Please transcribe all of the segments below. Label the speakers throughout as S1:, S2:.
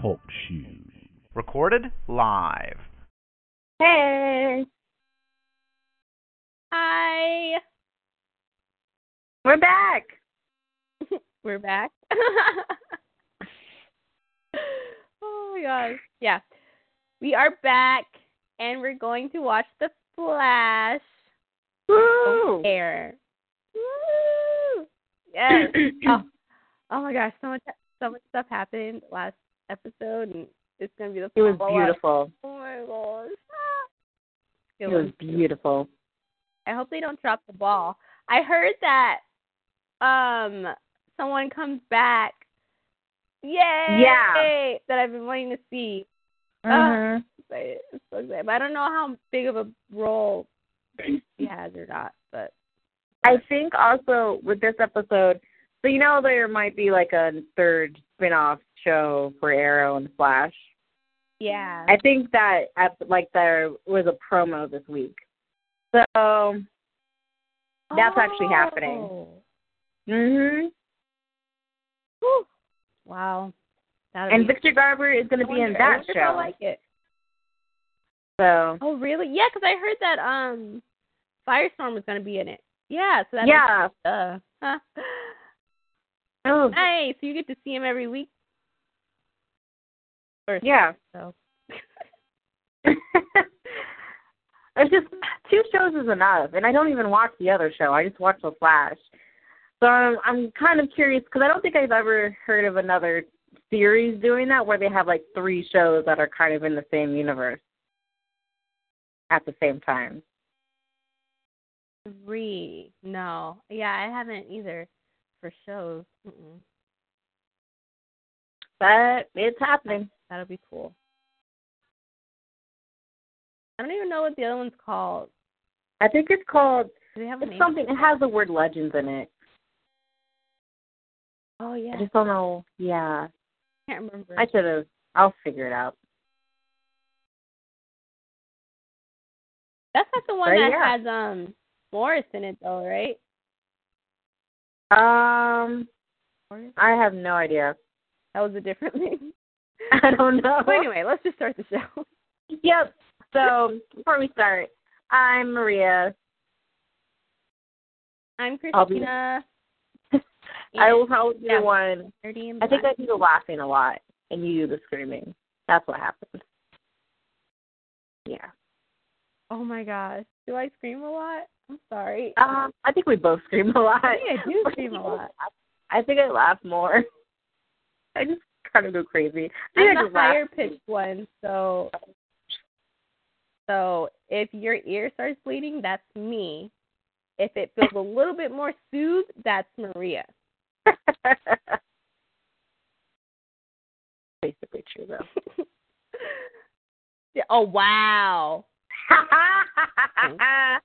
S1: Talk Shoes. Recorded live.
S2: Hey. Hi. We're back. We're back. oh my gosh. Yeah. We are back and we're going to watch The Flash
S3: Woo!
S2: air. Woo! Yes. oh. oh my gosh, so much so much stuff happened last episode and it's gonna be the
S3: It was
S2: follow-up.
S3: beautiful.
S2: Oh my gosh. It
S3: It
S2: was-
S3: was beautiful.
S2: I hope they don't drop the ball. I heard that um someone comes back. Yay!
S3: Yeah.
S2: That I've been wanting to see. Mm-hmm.
S3: Mhm.
S2: Excited. I'm so excited. But I don't know how big of a role she has or not, but
S3: I think also with this episode, so you know there might be like a third spin-off show for Arrow and Flash.
S2: yeah.
S3: I think that at, like there was a promo this week, so mm-hmm. that's actually happening.
S2: Oh.
S3: hmm
S2: Whew. Wow. That'll
S3: and
S2: be-
S3: Victor Garber is going
S2: I
S3: to be in
S2: wonder- I
S3: that
S2: wonder if
S3: show.
S2: I like it.
S3: so
S2: Oh really? Yeah, because I heard that um Firestorm was gonna be in it. Yeah, so that makes
S3: yeah,
S2: Uh, huh.
S3: oh
S2: Nice. You get to see him every week. Or
S3: yeah.
S2: so.
S3: it's just two shows is enough, and I don't even watch the other show. I just watch The Flash. So I'm I'm kind of curious because I don't think I've ever heard of another series doing that where they have like three shows that are kind of in the same universe at the same time.
S2: Three. No. Yeah, I haven't either for shows. Mm-mm.
S3: But it's happening.
S2: That'll be cool. I don't even know what the other one's called.
S3: I think it's called
S2: Do they have a
S3: it's
S2: name?
S3: something. It has the word legends in it.
S2: Oh yeah.
S3: I just don't know. Yeah,
S2: can't remember.
S3: I should have. I'll figure it out.
S2: That's not the one
S3: But
S2: that
S3: yeah.
S2: has um Morris in it though, right?
S3: Um,
S2: Morris?
S3: I have no idea.
S2: That was a different thing.
S3: I don't know.
S2: But anyway, let's just start the show.
S3: Yep. So before we start, I'm Maria.
S2: I'm
S3: I'll be-
S2: Christina.
S3: I will help you
S2: Yeah.
S3: one.
S2: Nerdy and
S3: I think
S2: black.
S3: I do the laughing a lot, and you do the screaming. That's what happens. Yeah.
S2: Oh my gosh. Do I scream a lot? I'm sorry.
S3: Um, I think we both scream a lot.
S2: I think I do scream a lot.
S3: I think I laugh more. I just kind of go crazy. I think
S2: I'm
S3: I
S2: the
S3: just laugh.
S2: higher pitched one, so so if your ear starts bleeding, that's me. If it feels a little bit more soothed, that's Maria.
S3: Basically true though.
S2: Yeah, oh wow.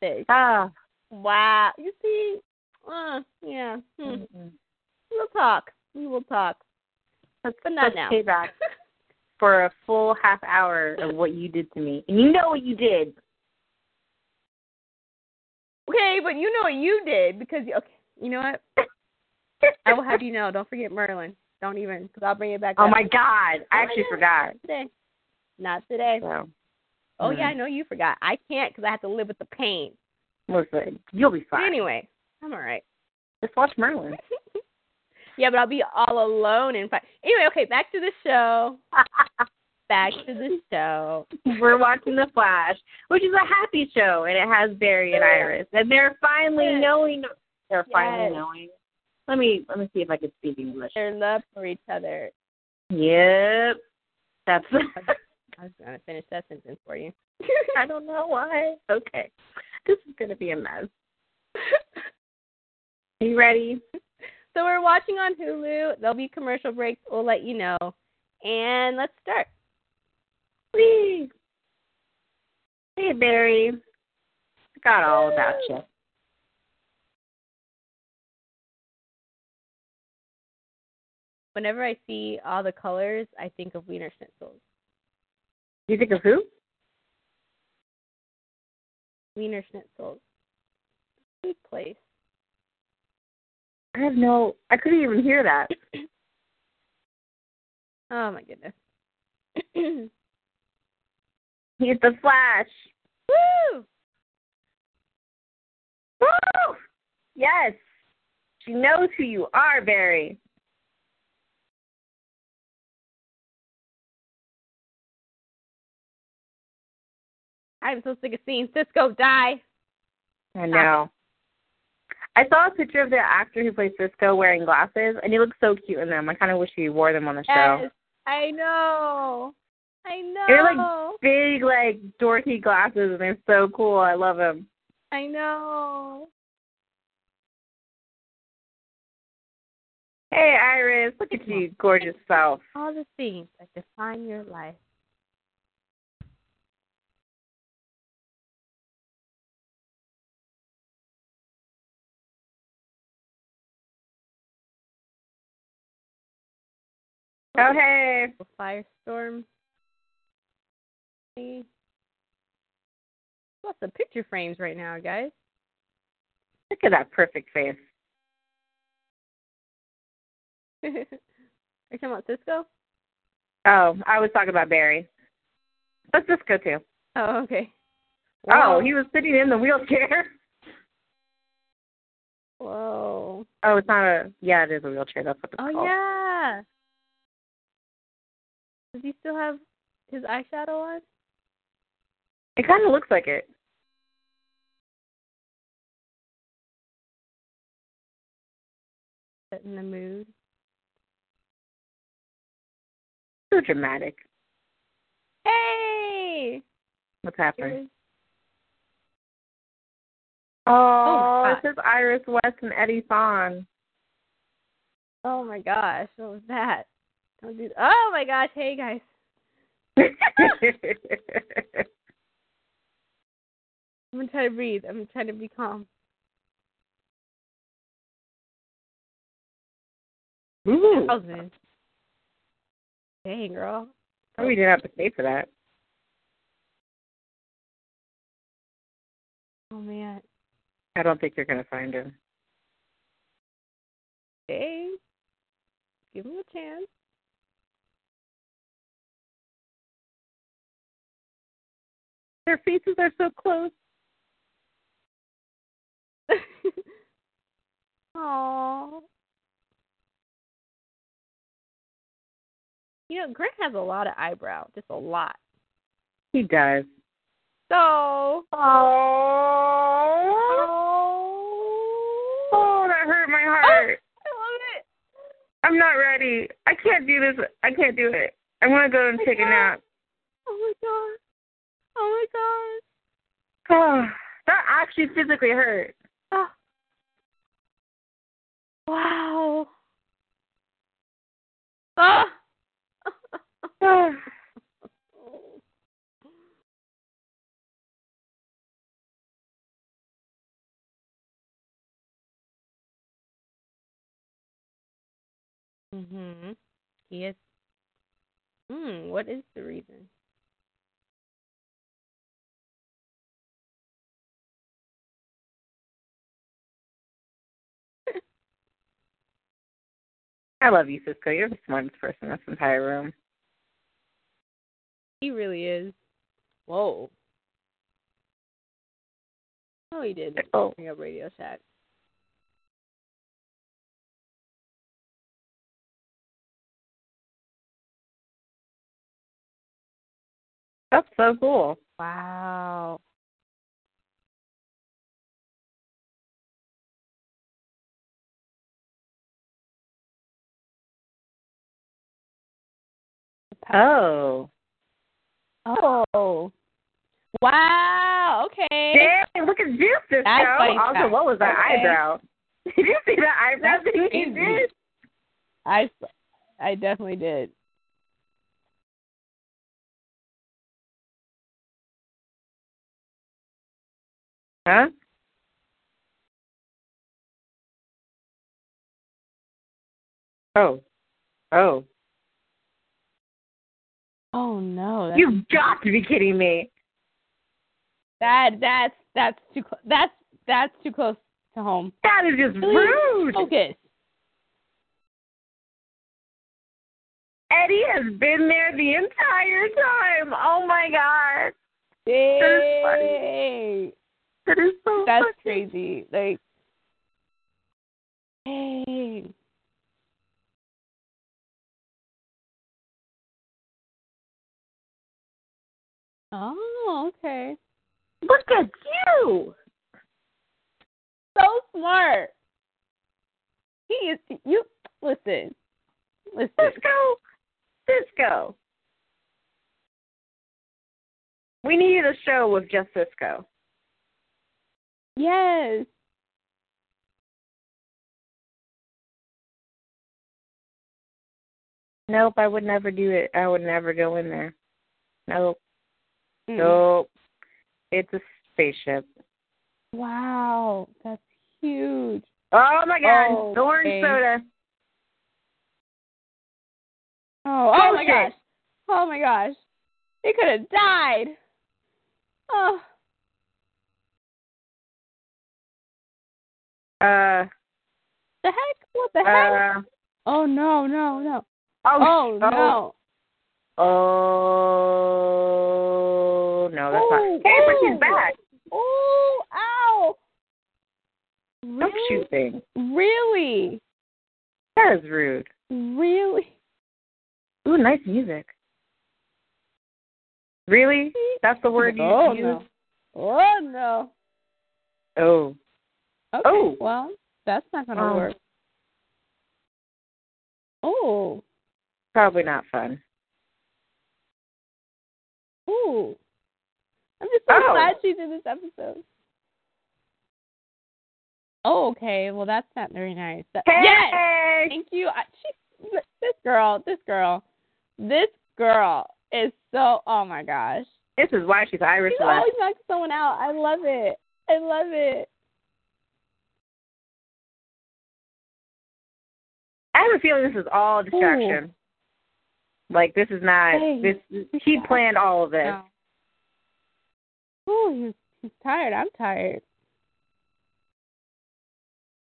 S2: Big.
S3: ah.
S2: Wow. You see? Uh, yeah. Hmm. We'll talk. We will talk.
S3: That's,
S2: But not now.
S3: that's payback for a full half hour of what you did to me. And you know what you did.
S2: Okay, but you know what you did because you, okay, you know what? I will have you know. Don't forget Merlin. Don't even, because I'll bring it back.
S3: Oh
S2: up.
S3: my god, I
S2: Oh my
S3: actually
S2: God.
S3: forgot.
S2: today. Not today.
S3: So
S2: Oh yeah,
S3: Mm.
S2: I know you forgot. I can't because I have to live with the pain.
S3: listen, you'll be
S2: But
S3: fine.
S2: anyway, I'm all right.
S3: Just watch Merlin.
S2: Yeah, but I'll be all alone and fine. Anyway, okay, back to the show. Back to the show.
S3: We're watching The Flash, which is a happy show, and it has Barry and Iris, and they're finally
S2: Yes.
S3: knowing. They're finally
S2: Yes.
S3: knowing. Let me let me see if I can speak English.
S2: They're in love for each other.
S3: Yep, that's.
S2: I was gonna finish that sentence for you.
S3: I don't know why. Okay, this is gonna be a mess. Are you ready?
S2: So we're watching on Hulu. There'll be commercial breaks. We'll let you know. And let's start.
S3: Whee! Hey, Barry. Forgot all about you.
S2: Whenever I see all the colors, I think of Wiener Schnitzels.
S3: You think of who?
S2: Wiener Schnitzels. Food place.
S3: I have no. I couldn't even hear that.
S2: Oh my goodness. Woo!
S3: He's the Flash. Woo! Yes. She knows who you are, Barry.
S2: I'm so sick of seeing Cisco die.
S3: I know. I saw a picture of the actor who plays Cisco wearing glasses, and he looks so cute in them. I kind of wish he wore them on the show.
S2: Yes. I know. I know.
S3: They're like- Big, like, dorky glasses, and they're so cool. I love him.
S2: I know.
S3: Hey, Iris, look at you, gorgeous self.
S2: All the things that define your life.
S3: Oh, hey.
S2: a firestorm. See? Lots of picture frames right now, guys.
S3: Look at that perfect face.
S2: Are you talking about Cisco?
S3: Oh, I was talking about Barry. Let's just go to.
S2: Oh, okay.
S3: Oh,
S2: Whoa.
S3: he was sitting in the wheelchair.
S2: Whoa.
S3: Oh, it's not a. Yeah, it is a wheelchair. That's what it's
S2: Oh,
S3: called.
S2: yeah. Does he still have his eyeshadow on?
S3: It kind of looks like it.
S2: Setting the mood.
S3: So dramatic.
S2: Hey!
S3: What's happening?
S2: Here's-
S3: Oh,
S2: my
S3: it says Iris West and Eddie Thawne.
S2: Oh my gosh, what was that? Don't do. Oh my gosh, hey guys. I'm gonna try to breathe. I'm trying to be calm.
S3: Ooh.
S2: Thousand. Oh, Dang, girl.
S3: Oh, we didn't have to pay for that.
S2: Oh man.
S3: I don't think you're gonna find him.
S2: Dang. Give him a chance.
S3: Their faces are so close.
S2: Aww. You know, Grant has a lot of eyebrow, just a lot.
S3: He does.
S2: So,
S3: Oh.
S2: oh,
S3: Oh, that hurt my heart.
S2: I love it.
S3: I'm not ready. I can't do this. I can't do it. I'm gonna go and take a nap.
S2: Oh my god. Oh my god.
S3: Oh, that actually physically hurt.
S2: Oh. Wow. Ah.
S3: Oh.
S2: mhm. He is. Hmm. What is the reason?
S3: I love you, Cisco. You're the smartest person in this entire room.
S2: He really is. Whoa. Oh, he did.
S3: Oh.
S2: Bring up Radio Shack.
S3: That's so cool.
S2: Wow.
S3: Oh.
S2: Oh. Wow. Okay.
S3: Dang, look at you, Cisco.
S2: That's funny
S3: Also,
S2: fact.
S3: what was that
S2: Okay.
S3: eyebrow? Did you see that eyebrow
S2: That's
S3: thing he
S2: crazy.
S3: did?
S2: I, I definitely did.
S3: Huh? Oh. Oh.
S2: Oh no, that's,
S3: You've got to be kidding me.
S2: that that's that's too cl- that's that's too close to home.
S3: That is just
S2: Really?
S3: rude.
S2: Focus.
S3: Eddie has been there the entire time. Oh my god.
S2: Yay.
S3: That is so
S2: That's
S3: fucking-
S2: crazy. Like, hey. Oh, okay.
S3: Look at you.
S2: So smart. He is. You listen. Listen.
S3: Cisco. Cisco. We needed a show with just Cisco.
S2: Yes.
S3: Nope, I would never do it. I would never go in there. Nope. Hmm.
S2: Mm.
S3: Nope. It's a spaceship.
S2: Wow, that's huge.
S3: Oh my god.
S2: Oh,
S3: Orange
S2: okay.
S3: soda.
S2: Oh, oh my gosh.
S3: Bullshit.
S2: Oh my gosh. They could have died. Oh,
S3: Uh,
S2: the heck? What the heck?
S3: uh,
S2: Oh no, no, no.
S3: oh,
S2: Oh
S3: sh-
S2: no.
S3: Uh, Oh no, that's
S2: Ooh,
S3: not. Hey, but
S2: ooh.
S3: she's back.
S2: Oh, ow.
S3: Don't
S2: Really?
S3: shoot things.
S2: Really?
S3: That is rude.
S2: Really?
S3: Ooh, nice music. Really? That's the word you
S2: oh,
S3: use?
S2: no. Oh no.
S3: Oh.
S2: Okay.
S3: Oh.
S2: Well, that's not gonna
S3: Um.
S2: work. Oh.
S3: probably not fun.
S2: Ooh. I'm just so
S3: Oh.
S2: glad she's in this episode. Oh, okay. Well, that's not very nice. That- Yes!
S3: Hey!
S2: Thank you. I, she, this girl, this girl, this girl is so, oh my gosh.
S3: This is why she's Irish
S2: She's
S3: left.
S2: always knocking someone out. I love it. I love it.
S3: I have a feeling this is all distraction. Like this is not
S2: Hey,
S3: this he planned all of this.
S2: Oh, he's, he's tired. I'm tired.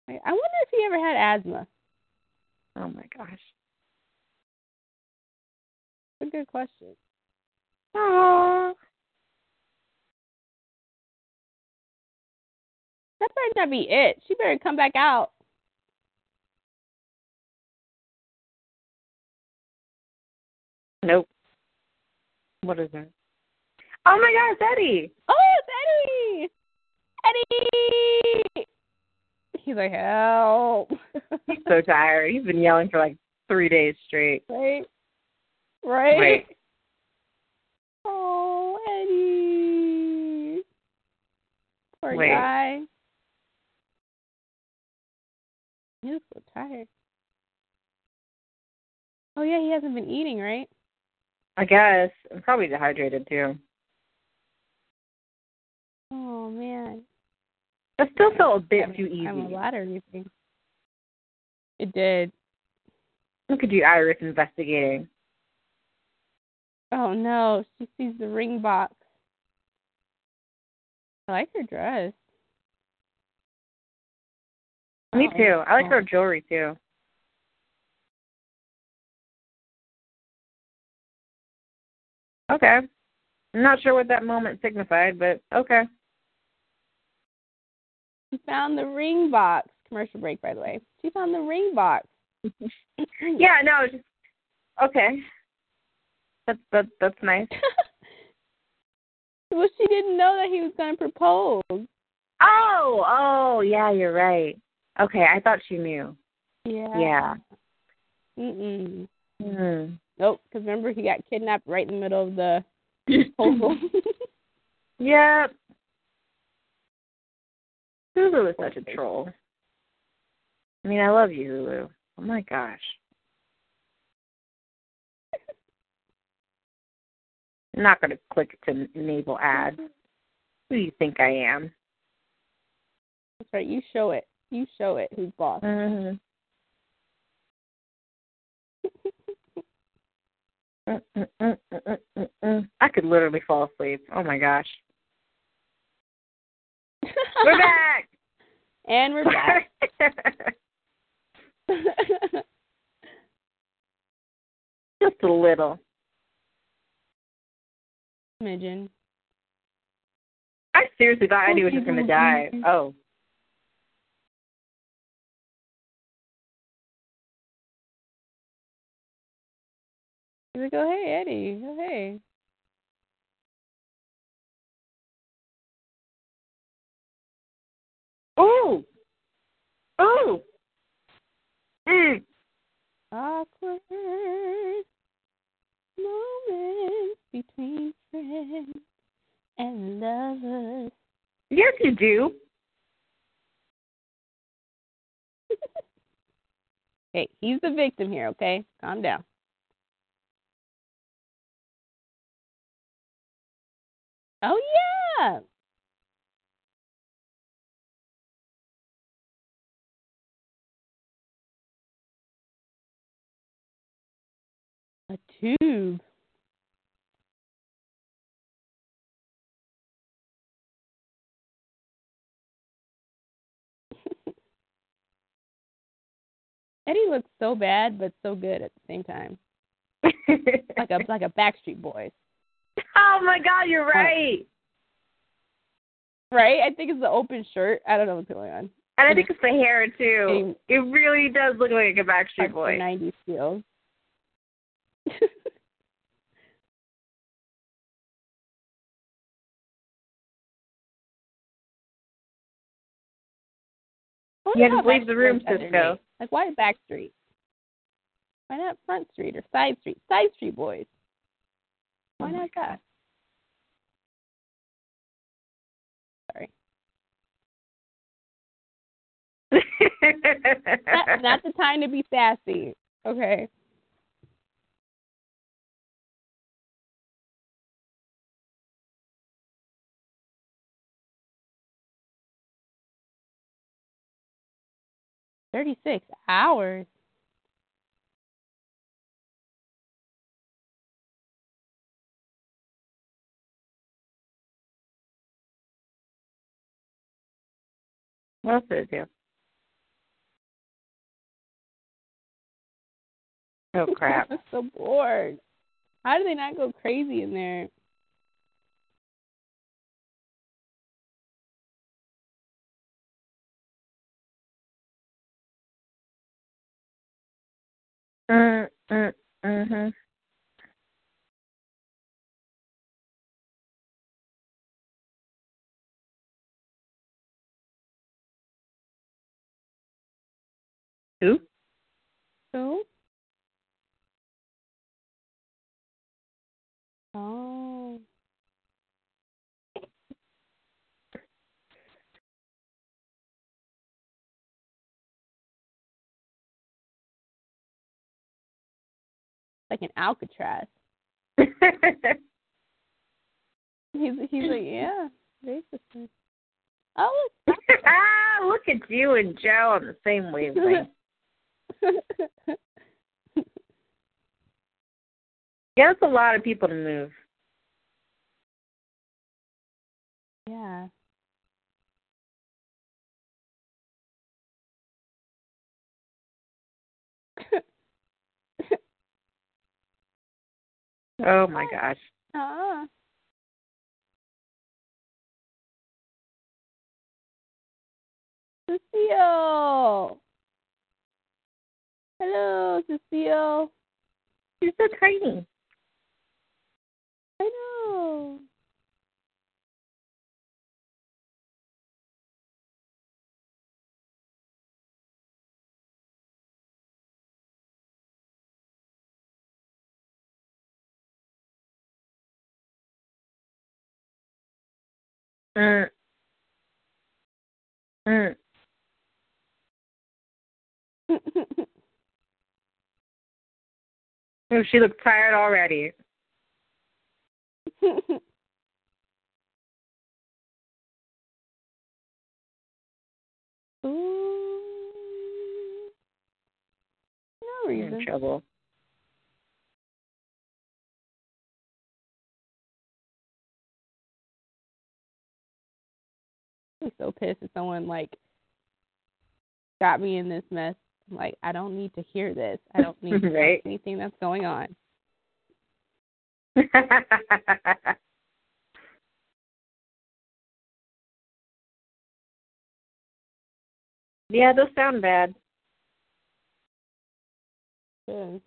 S2: I I wonder if he ever had asthma.
S3: Oh my gosh.
S2: That's a good question.
S3: Oh.
S2: That better not be it. She better come back out.
S3: Nope. What is that? Oh my gosh, Eddie.
S2: Oh, it's Eddie! Eddie! He's like, help.
S3: He's so tired. He's been yelling for like three days straight.
S2: right? Right?
S3: Right.
S2: Oh, Eddie. Poor
S3: Wait.
S2: guy. He looks so tired. Oh, yeah, he hasn't been eating, right?
S3: I guess. I'm probably dehydrated too.
S2: Oh, man.
S3: I still felt a bit
S2: I'm-
S3: too easy.
S2: I'm a ladder leaping. It did.
S3: Look at you, Iris, investigating.
S2: Oh no, she sees the ring box. I like her dress.
S3: Me
S2: Oh,
S3: too. I like
S2: yeah.
S3: her jewelry too. Okay. I'm not sure what that moment signified, but okay.
S2: She found the ring box. Commercial break, by the way. She found the ring box.
S3: Yeah, no, it's just okay. That's that that's nice.
S2: well, she didn't know that he was going to propose.
S3: Oh, oh, yeah, you're right. Okay, I thought she knew.
S2: Yeah.
S3: Yeah.
S2: Mm-mm.
S3: Hmm.
S2: Nope. Because remember, he got kidnapped right in the middle of the proposal.
S3: Yep. Hulu is such a troll. I mean, I love you, Hulu. Oh my gosh. I'm not going to click to enable ads. Who do you think I am?
S2: That's right. You show it. You show it. Who's boss?
S3: Mm-hmm. I could literally fall asleep. Oh my gosh. We're back.
S2: and we're back.
S3: Just a little.
S2: Smidgen.
S3: I seriously thought I knew was just going to die. Oh.
S2: He's like, oh hey Eddie, oh hey.
S3: Oh. Oh. Mm.
S2: Awkward moments between friends and lovers.
S3: Yes, you do.
S2: Hey, he's the victim here, okay? Calm down. Oh yeah. A tube. Eddie looks so bad but so good at the same time. Like a like a Backstreet Boys.
S3: oh my God, you're right.
S2: Right? I think it's the open shirt. I don't know what's going on.
S3: And I think it's the hair too. It really does look like a Backstreet Boy.
S2: Nineties feel.
S3: You had to leave the room, Cisco.
S2: Like why back street? Why not front street or side street? Side street boys. Why
S3: Oh my
S2: not that? not, not the time to be sassy. Okay. Thirty-six hours.
S3: What else did I do? Oh crap.
S2: I'm so bored. How do they not go crazy in there?
S3: Mm, mm, mhm. Who?
S2: Who? Oh. Like an Alcatraz. He's he's like, yeah, basically. Oh, look,
S3: ah, look at you and Joe on the same wavelength. yeah, that's a lot of people to move.
S2: yeah.
S3: Oh my gosh.
S2: Ah. Cecile. Hello, Cecile.
S3: You're so tiny.
S2: I know.
S3: Mm. Mm. Oh, she looks tired already.
S2: Ooh. No
S3: You're in
S2: reason.
S3: trouble.
S2: I'm so pissed that someone like got me in this mess. I'm like, I don't need to hear this. I don't need to know
S3: Right.
S2: anything that's going on.
S3: yeah, those sound bad.
S2: Yeah.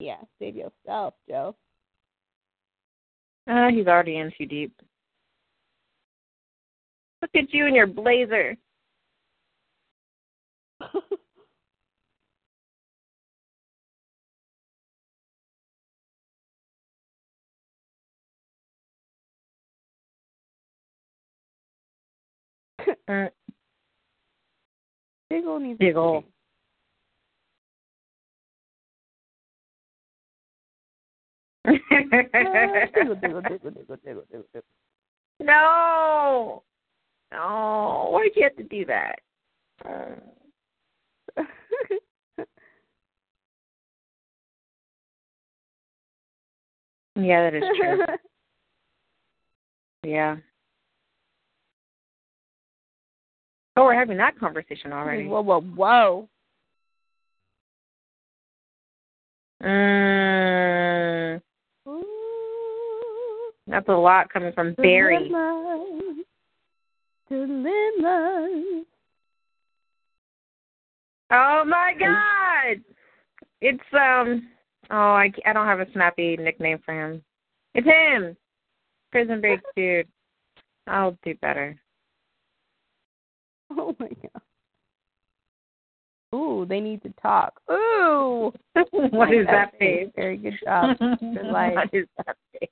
S2: yeah, save yourself, Joe.
S3: Uh, he's already in too deep. Look at you in your blazer. Uh,
S2: Diggle needs a
S3: Diggle.
S2: beating. Ah, Diggle, diggle, diggle, diggle, diggle, diggle, diggle.
S3: no. No. Why'd you have to do that? Uh, yeah, that is true. yeah. Oh, we're having that conversation already.
S2: Whoa, whoa, whoa.
S3: Mm,
S2: Ooh.
S3: that's a lot coming from Barry.
S2: Dilemmas. Dilemmas.
S3: Oh my God! It's um. Oh, I ca- I don't have a snappy nickname for him. It's him, Prison Break dude. I'll do better.
S2: Oh my god. Ooh, they need to talk. Ooh.
S3: what
S2: Like
S3: is that face? Oh,
S2: Very good job. They're like-
S3: what is that face?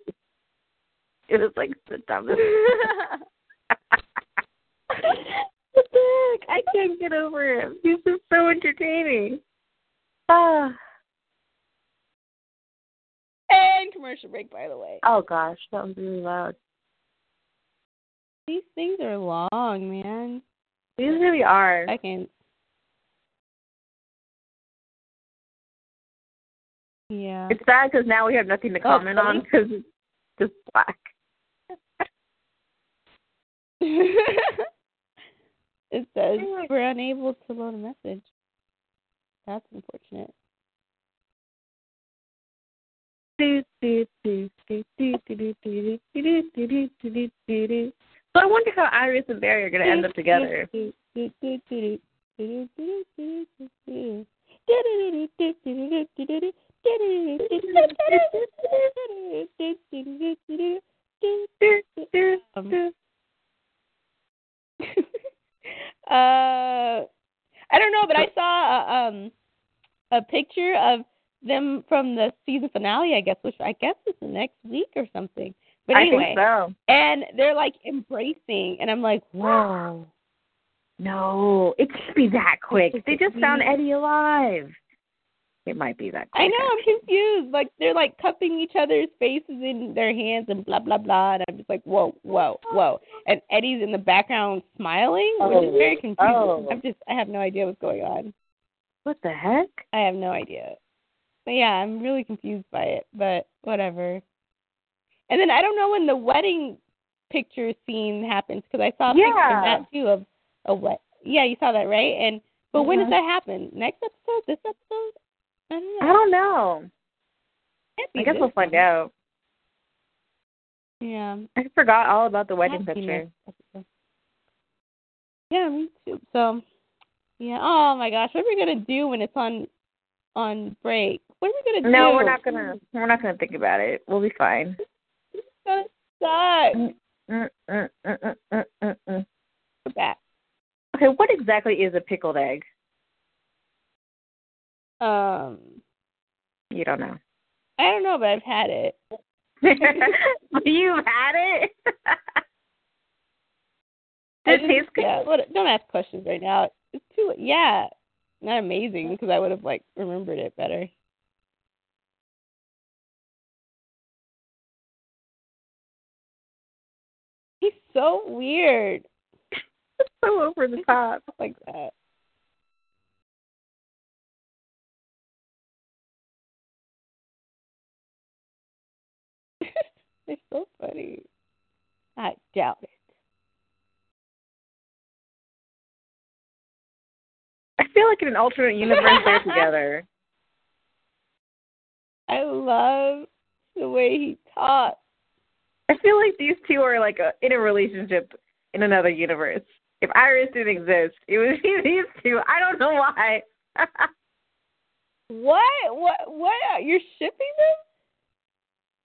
S3: It was like the dumbest. what the heck? I can't get over him. He's just so entertaining. Ah.
S2: and commercial break, by the way.
S3: Oh gosh, that was really loud.
S2: These things are long, man.
S3: These really are.
S2: Second. Yeah.
S3: It's sad because now we have nothing to
S2: Oh,
S3: comment on
S2: funny.
S3: because it's just black.
S2: it says
S3: Anyway.
S2: we're unable to load a message. That's unfortunate.
S3: So I wonder how Iris and Barry are going to end up together.
S2: Um, uh, I don't know, but I saw a, um a picture of them from the season finale. I guess, which I guess is the next week or something. But
S3: I
S2: anyway,
S3: think so.
S2: and they're like embracing, and I'm like, whoa.
S3: No, it can't be that quick. They just found Eddie alive. It might be that quick.
S2: I know I'm confused. Like they're like cupping each other's faces in their hands and blah blah blah, and I'm just like, whoa, whoa, whoa. And Eddie's in the background smiling, which is
S3: Oh,
S2: very confusing.
S3: oh.
S2: I'm just I have no idea what's going on.
S3: What the heck?
S2: I have no idea. But yeah, I'm really confused by it, but whatever. And then I don't know when the wedding picture scene happens because I saw a picture
S3: Yeah.
S2: of that too of a wet. Yeah, you saw that right? And but when does
S3: Mhm.
S2: that happen? Next episode? This episode? I don't know.
S3: I don't know.
S2: Can't be
S3: I guess
S2: this
S3: we'll find
S2: one.
S3: out.
S2: Yeah.
S3: I forgot all about the wedding
S2: Happiness.
S3: picture.
S2: Yeah, me too. So, yeah. Oh my gosh, what are we gonna do when it's on on break? What are we gonna do?
S3: No, we're not gonna. We're not gonna think about it. We'll be fine.
S2: It's gonna suck.
S3: Mm, mm, mm, mm, mm, mm, mm.
S2: We're back.
S3: Okay, what exactly is a pickled egg?
S2: Um,
S3: You don't know.
S2: I I don't know, but I've had it.
S3: You've had it.
S2: I
S3: Does it
S2: just-
S3: taste good?
S2: yeah, what, don't ask questions right now. It's too yeah, not amazing because I would have like remembered it better. He's so weird
S3: So over the top.
S2: like that. They're so funny. I doubt it.
S3: I feel like in an alternate universe they're together.
S2: I love the way he talks.
S3: I feel like these two are like a, in a relationship in another universe. If Iris didn't exist, it would be these two. I don't know why.
S2: What? What? What? You're shipping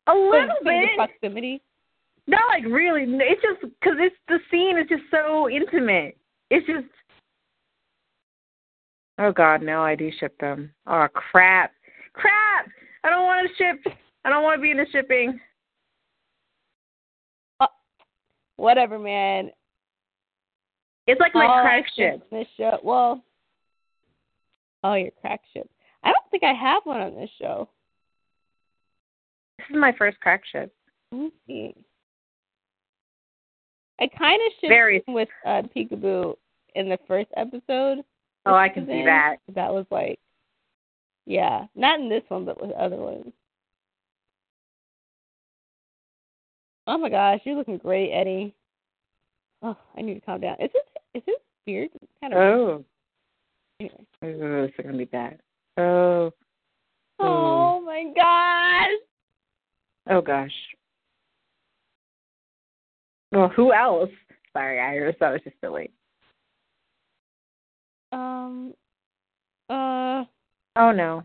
S2: them?
S3: a little
S2: Because of
S3: bit.
S2: the proximity.
S3: Not like really. It's just because it's the scene is just so intimate. It's just. Oh God, no! I do ship them. Oh crap, crap! I don't want to ship. I don't want to be into shipping.
S2: Whatever, man.
S3: It's like my
S2: All
S3: crack
S2: I
S3: ship.
S2: ship on This show. Well, oh, your crack ship. I don't think I have one on this show.
S3: This is my first crack ship.
S2: Let me see. I kind of shipped
S3: Very-
S2: him with uh, Peekaboo in the first episode.
S3: Oh, I can
S2: he was
S3: see
S2: in.
S3: that.
S2: That was like, yeah, not in this one, but with other ones. Oh my gosh, you're looking great, Eddie. Oh, I need to calm down. Is this is this beard kind of?
S3: Oh,
S2: Anyway.
S3: Ooh, it's gonna be bad. Oh,
S2: Oh my gosh!
S3: oh gosh. Well, who else? Sorry, Iris. That was just silly.
S2: Um, uh,
S3: Oh no.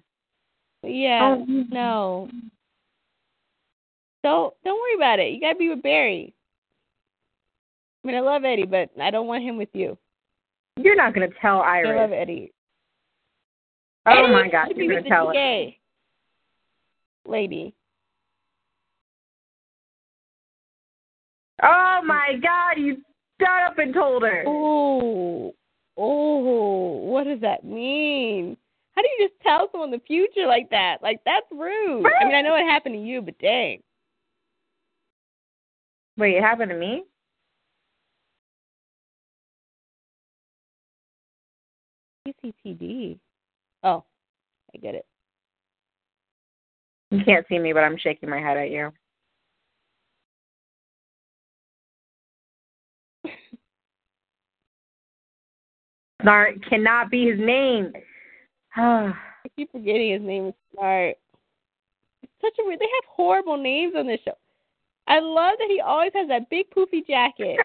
S2: yeah,
S3: Oh.
S2: no. So don't worry about it. You gotta be with Barry. I mean, I love Eddie, but I don't want him with you.
S3: You're not gonna tell
S2: I love
S3: Iris.
S2: Eddie.
S3: Oh
S2: Eddie
S3: my gosh,
S2: should be
S3: you're
S2: with
S3: gonna tell
S2: the
S3: her.
S2: gay lady.
S3: Oh my god, you got up and told her.
S2: Oh, oh, what does that mean? How do you just tell someone the future like that? Like that's rude. I mean, I know it happened to you, but dang.
S3: Wait, it happened to me?
S2: PCTD. Oh, I get it.
S3: You can't see me, but I'm shaking my head at you. Snart cannot be his name.
S2: I keep forgetting his name is Smart. It's such a weird. They have horrible names on this show. I love that he always has that big poofy jacket.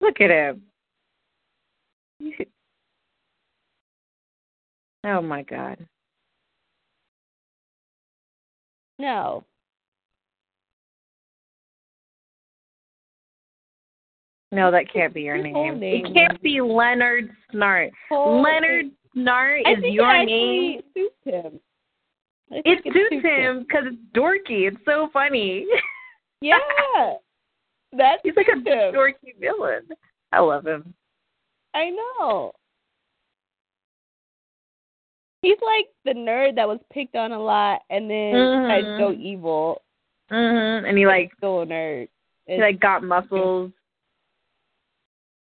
S3: Look at him. Oh my god.
S2: No.
S3: No, that can't be your
S2: His whole
S3: name.
S2: name.
S3: It can't be Leonard Snart.
S2: Whole-
S3: Leonard Snart
S2: I
S3: is
S2: think
S3: your
S2: it actually
S3: name.
S2: Suits him. I think
S3: It
S2: suits
S3: suits him because it's dorky. It's so funny.
S2: Yeah. That's
S3: He's like a
S2: suits him.
S3: dorky villain. I love him.
S2: I know. He's like the nerd that was picked on a lot and then decided to
S3: Mhm.
S2: go evil.
S3: hmm And he like
S2: Go a nerd.
S3: he
S2: It's-
S3: like got muscles.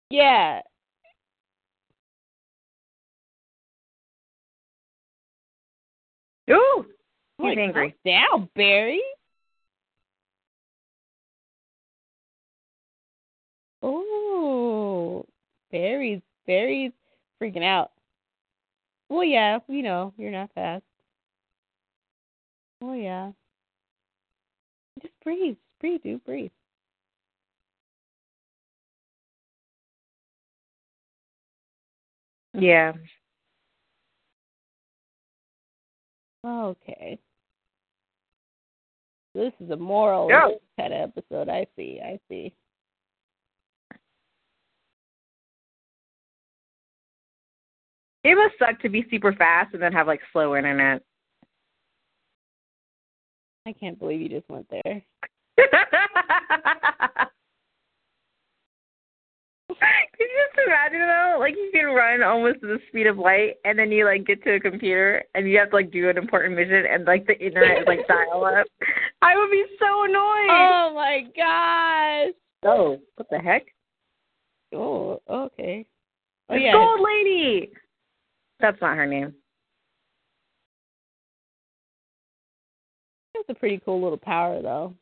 S2: yeah.
S3: Ooh,
S2: I'm
S3: He's
S2: like,
S3: angry.
S2: "Calm Down, Barry. Oh, Barry's Barry's freaking out. Well, yeah, we know you're not fast. Well, yeah. Just breathe, just breathe, dude, breathe.
S3: yeah.
S2: Okay. This is a moral
S3: Yeah.
S2: kind of episode. I see. I see.
S3: It must suck to be super fast and then have like slow internet.
S2: I can't believe you just went there.
S3: Could you just imagine though? Like you can run almost to the speed of light, and then you like get to a computer, and you have to like do an important mission, and like the internet is like dial up. I would be so annoyed.
S2: Oh my gosh.
S3: oh, what the heck?
S2: Oh, okay. Oh
S3: It's
S2: yeah.
S3: Gold Lady. That's not her name.
S2: That's a pretty cool little power though.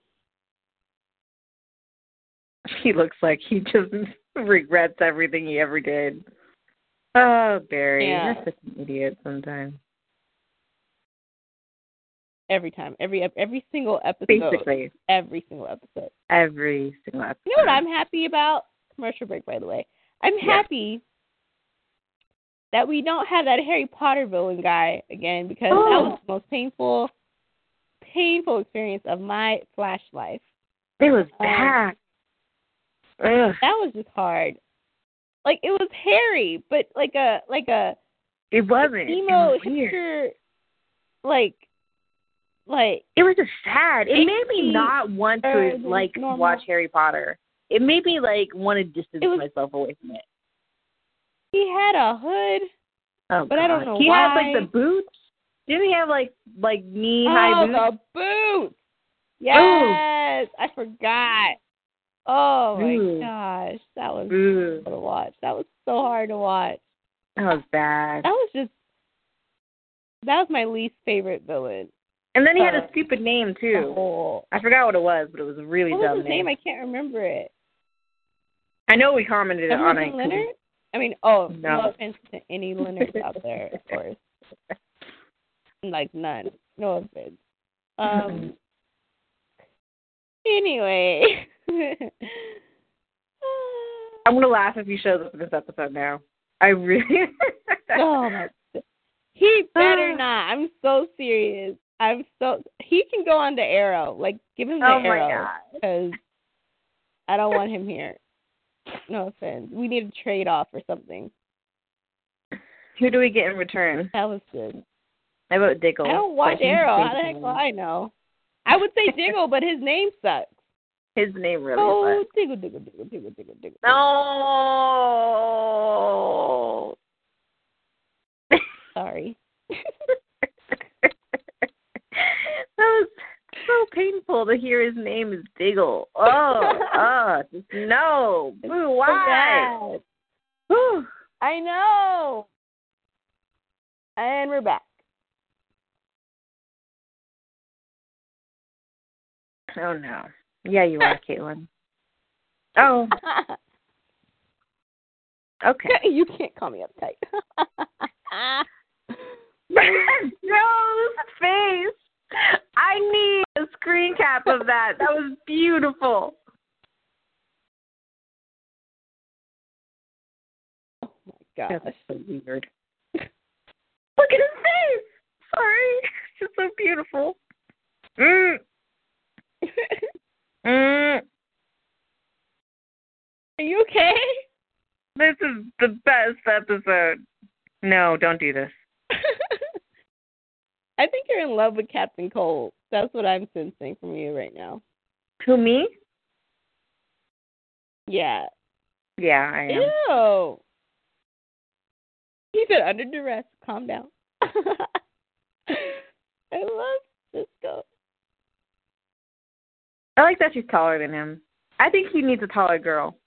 S3: He looks like he just regrets everything he ever did. Oh, Barry,
S2: Yeah.
S3: you're such an idiot sometimes.
S2: Every time. Every ep- every single episode.
S3: Basically,
S2: Every single episode.
S3: every single episode.
S2: You know what I'm happy about? Commercial break, by the way. I'm
S3: Yeah.
S2: happy that we don't have that Harry Potter villain guy again because that
S3: Oh.
S2: was the most painful, painful experience of my Flash life.
S3: It was
S2: Um,
S3: bad. Ugh,
S2: That was just hard. Like it was Harry, but like a like a
S3: it wasn't. It
S2: emo
S3: was weird.
S2: hipster, like like
S3: It was just sad. It made
S2: Icky,
S3: me not want to
S2: uh,
S3: like
S2: normal.
S3: watch Harry Potter. It made me like want to distance
S2: It was-
S3: myself away from it.
S2: he had a hood.
S3: Oh,
S2: But I don't
S3: God.
S2: know
S3: He
S2: why.
S3: had like the boots. Didn't he have like like knee high
S2: Oh,
S3: boots?
S2: the boots. Yes, I forgot. Oh my
S3: Ooh.
S2: gosh, that was
S3: Ooh,
S2: hard to watch. That was so hard to watch.
S3: that was bad.
S2: That was just that was my least favorite villain.
S3: And then he had a
S2: Uh,
S3: stupid name
S2: the
S3: too.
S2: whole-
S3: I forgot what it was, but it was a really
S2: Oh. What
S3: dumb
S2: was his name?
S3: name.
S2: I can't remember it.
S3: I know we commented on it.
S2: Something
S3: 'cause
S2: Leonard? I mean, oh, no.
S3: No.
S2: offense to any Leonards out there, of course. Like none. No offense. Um. Anyway.
S3: I'm gonna laugh if you show this in this episode now. I really.
S2: oh my god. He better
S3: Ah.
S2: not. I'm so serious. I'm so he can go on to Arrow. Like give him the
S3: Oh my
S2: Arrow
S3: god.
S2: because I don't want him here. No offense. We need a trade off or something.
S3: Who do we get in return?
S2: That was good.
S3: I vote Diggle.
S2: I don't watch
S3: But he's
S2: Arrow. How the
S3: thinking.
S2: heck will I know? I would say Diggle, but his name sucks.
S3: His name really.
S2: oh, Diggle, Diggle, Diggle, Diggle, Diggle, Diggle.
S3: But... No.
S2: Sorry.
S3: that was so painful to hear his name is Diggle. Oh, oh, just no.
S2: It's
S3: Boo,
S2: so
S3: why?
S2: bad.
S3: Whew.
S2: I know. And we're back.
S3: Oh no. Yeah, you are, Caitlin. Oh, okay.
S2: you can't call me uptight.
S3: no, this face. I need a screen cap of that. That was beautiful.
S2: oh my gosh.
S3: so weird. Look at his face. Sorry, it's just so beautiful. Mm. Mm.
S2: Are you okay?
S3: This is the best episode. No, don't do this.
S2: I think you're in love with Captain Cold. That's what I'm sensing from you right now.
S3: Who me?
S2: Yeah.
S3: Yeah, I am.
S2: Ew. He said under duress. Calm down. I love Cisco.
S3: I like that she's taller than him. I think he needs a taller girl.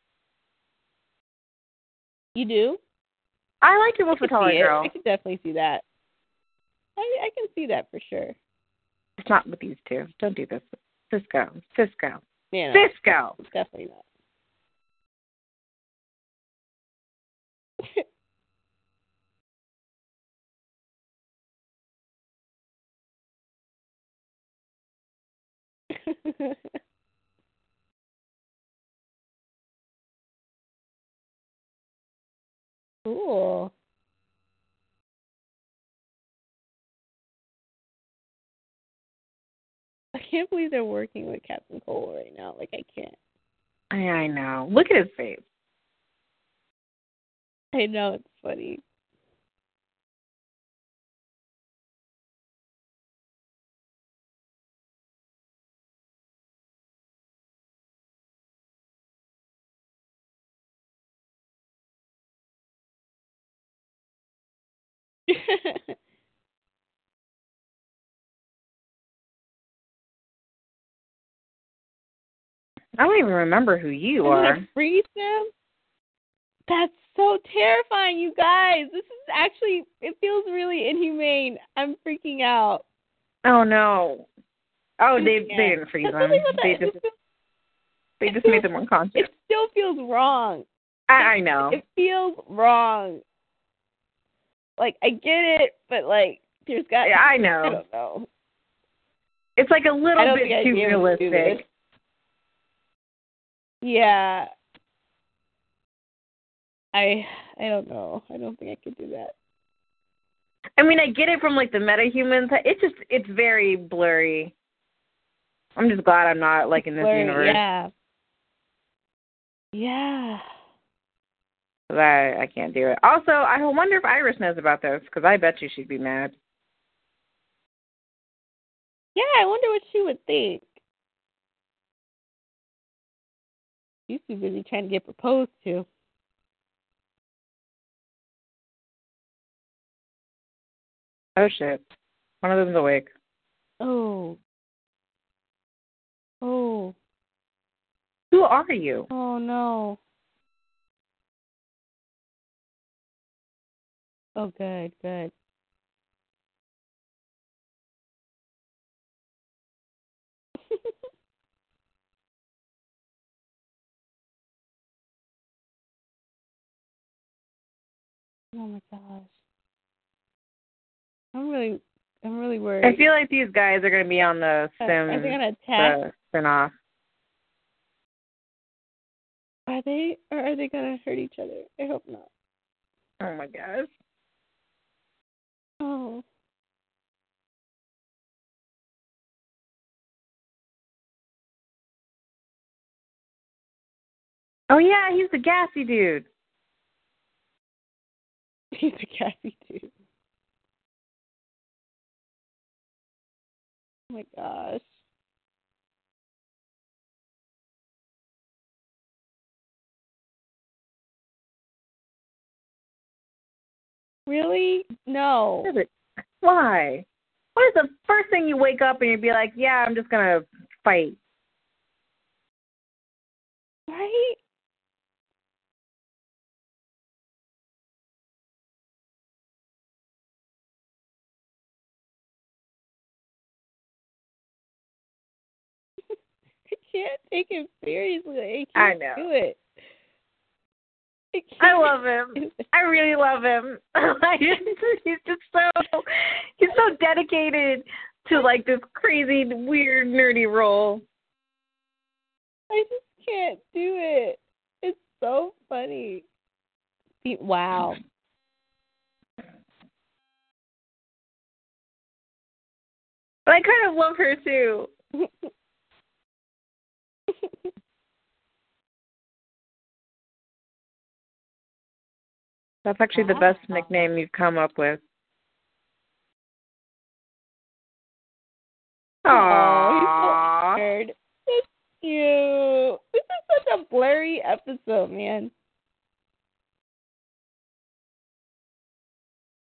S2: You do?
S3: I like him with a
S2: I can
S3: taller
S2: see it.
S3: girl.
S2: I can definitely see that. I I can see that for sure.
S3: It's not with these two. Don't do this. Cisco. Cisco.
S2: Yeah, no,
S3: Cisco.
S2: it's definitely not. cool. I can't believe they're working with Captain Cole right now. Like I can't.
S3: I, I know. Look at his face.
S2: I know it's funny.
S3: I don't even remember who you
S2: I'm
S3: are.
S2: gonna freeze them. That's so terrifying, you guys. This is actually it feels really inhumane. I'm freaking out.
S3: Oh no. Oh,
S2: I'm
S3: they
S2: scared.
S3: they didn't freeze
S2: But
S3: them.
S2: really what
S3: They
S2: the-
S3: just
S2: this
S3: they just made them unconscious.
S2: feels- it still feels wrong.
S3: I, I know.
S2: It feels wrong. Like I get it, but like there's got
S3: Yeah, I
S2: I
S3: know.
S2: don't know.
S3: It's like a
S2: I
S3: little
S2: don't think
S3: bit
S2: I'd
S3: too
S2: be able to do
S3: realistic.
S2: Yeah. I I don't know. I don't think I could do that.
S3: I mean, I get it from like the metahumans. It's just it's very blurry. I'm just glad I'm not like in this
S2: Blurry,
S3: universe
S2: Yeah. Yeah.
S3: 'cause I I can't do it. Also, I wonder if Iris knows about this because I bet you she'd be mad.
S2: Yeah, I wonder what she would think. She's too busy trying to get proposed to.
S3: Oh shit, one of them's awake.
S2: Oh. Oh.
S3: Who are you?
S2: Oh no. Oh good, good. oh my gosh. I'm really I'm really worried.
S3: I feel like these guys are gonna be on the
S2: Uh,
S3: sim
S2: are they gonna attack?
S3: the spin off.
S2: Are they or are they gonna hurt each other? I hope not.
S3: Oh my gosh.
S2: Oh.
S3: Oh yeah, he's the gassy dude.
S2: He's a Kathy too. Oh my gosh. Really? No.
S3: Is it- Why? What is the first thing you wake up and you'd be like, yeah, I'm just gonna fight?
S2: Right? I can't take it seriously. I
S3: I
S2: can't
S3: know.
S2: do it. I,
S3: I
S2: can't
S3: love him.
S2: do it.
S3: I really love him. I just- he's just so he's so dedicated to like this crazy, weird, nerdy role.
S2: I just can't do it. It's so funny. Be- Wow.
S3: But I kind of love her too. That's actually the best
S2: Wow.
S3: nickname you've come up with.
S2: Aw, he's
S3: Aww.
S2: so weird. That's cute. This is such a blurry episode, man.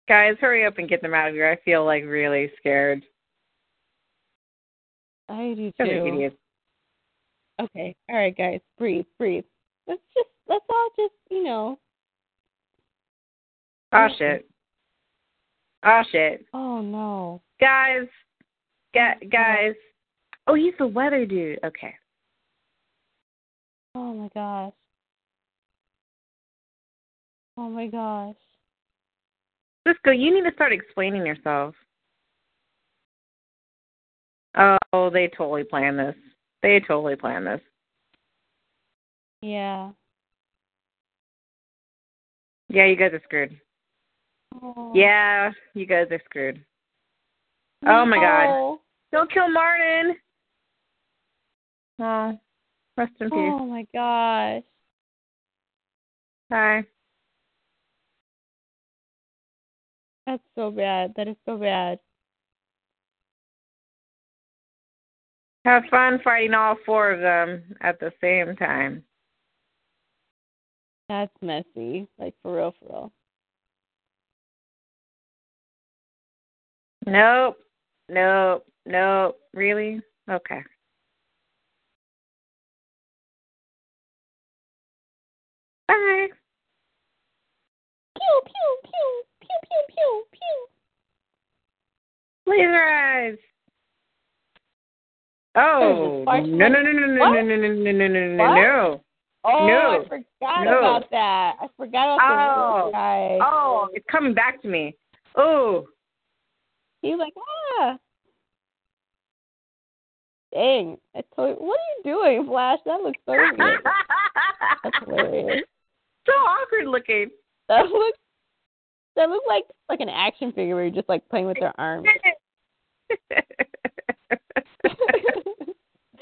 S3: Guys, hurry up and get them out of here. I feel like really scared.
S2: I do
S3: Those are
S2: too.
S3: idiots.
S2: Okay. All right, guys. Breathe, breathe. Let's just let's all just you know.
S3: Oh shit. Oh shit.
S2: Oh no.
S3: Guys. Gu- guys. Oh, he's the weather dude. Okay.
S2: Oh my gosh. Oh my gosh.
S3: Cisco, you need to start explaining yourself. Oh, they totally planned this. They totally planned this.
S2: Yeah.
S3: Yeah, you guys are screwed.
S2: Oh.
S3: Yeah, you guys are screwed. oh my God.
S2: No.
S3: Don't kill Martin. Oh, rest in peace.
S2: Oh my gosh.
S3: Bye.
S2: That's so bad. That is so bad.
S3: Have fun fighting all four of them at the same time.
S2: That's messy. Like for real, for real.
S3: Nope. Nope. Nope. Really? Okay. Bye.
S2: Pew pew pew pew pew pew pew.
S3: Laser eyes. Oh no
S2: There's a
S3: no no no no no no
S2: What?
S3: no no no no no
S2: What?
S3: no!
S2: Oh,
S3: No.
S2: I forgot
S3: No.
S2: about that. I forgot about
S3: Oh.
S2: the guy.
S3: Oh, it's coming back to me. Oh,
S2: He was like, ah. Dang. I told what are you doing, Flash? That looks so weird. That's hilarious.
S3: so awkward looking.
S2: That looks that looks like like an action figure where you're just like playing with their arms.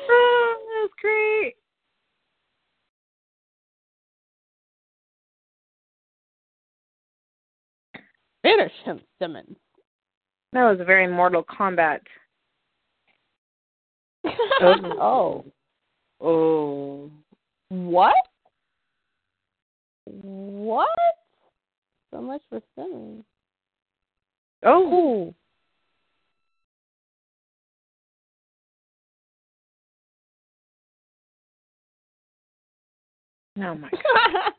S3: oh, that's great.
S2: Finish him, Simmons.
S3: That was a very Mortal Kombat.
S2: oh.
S3: Oh,
S2: What? What? So much for Simmons.
S3: oh,
S2: Ooh.
S3: oh my.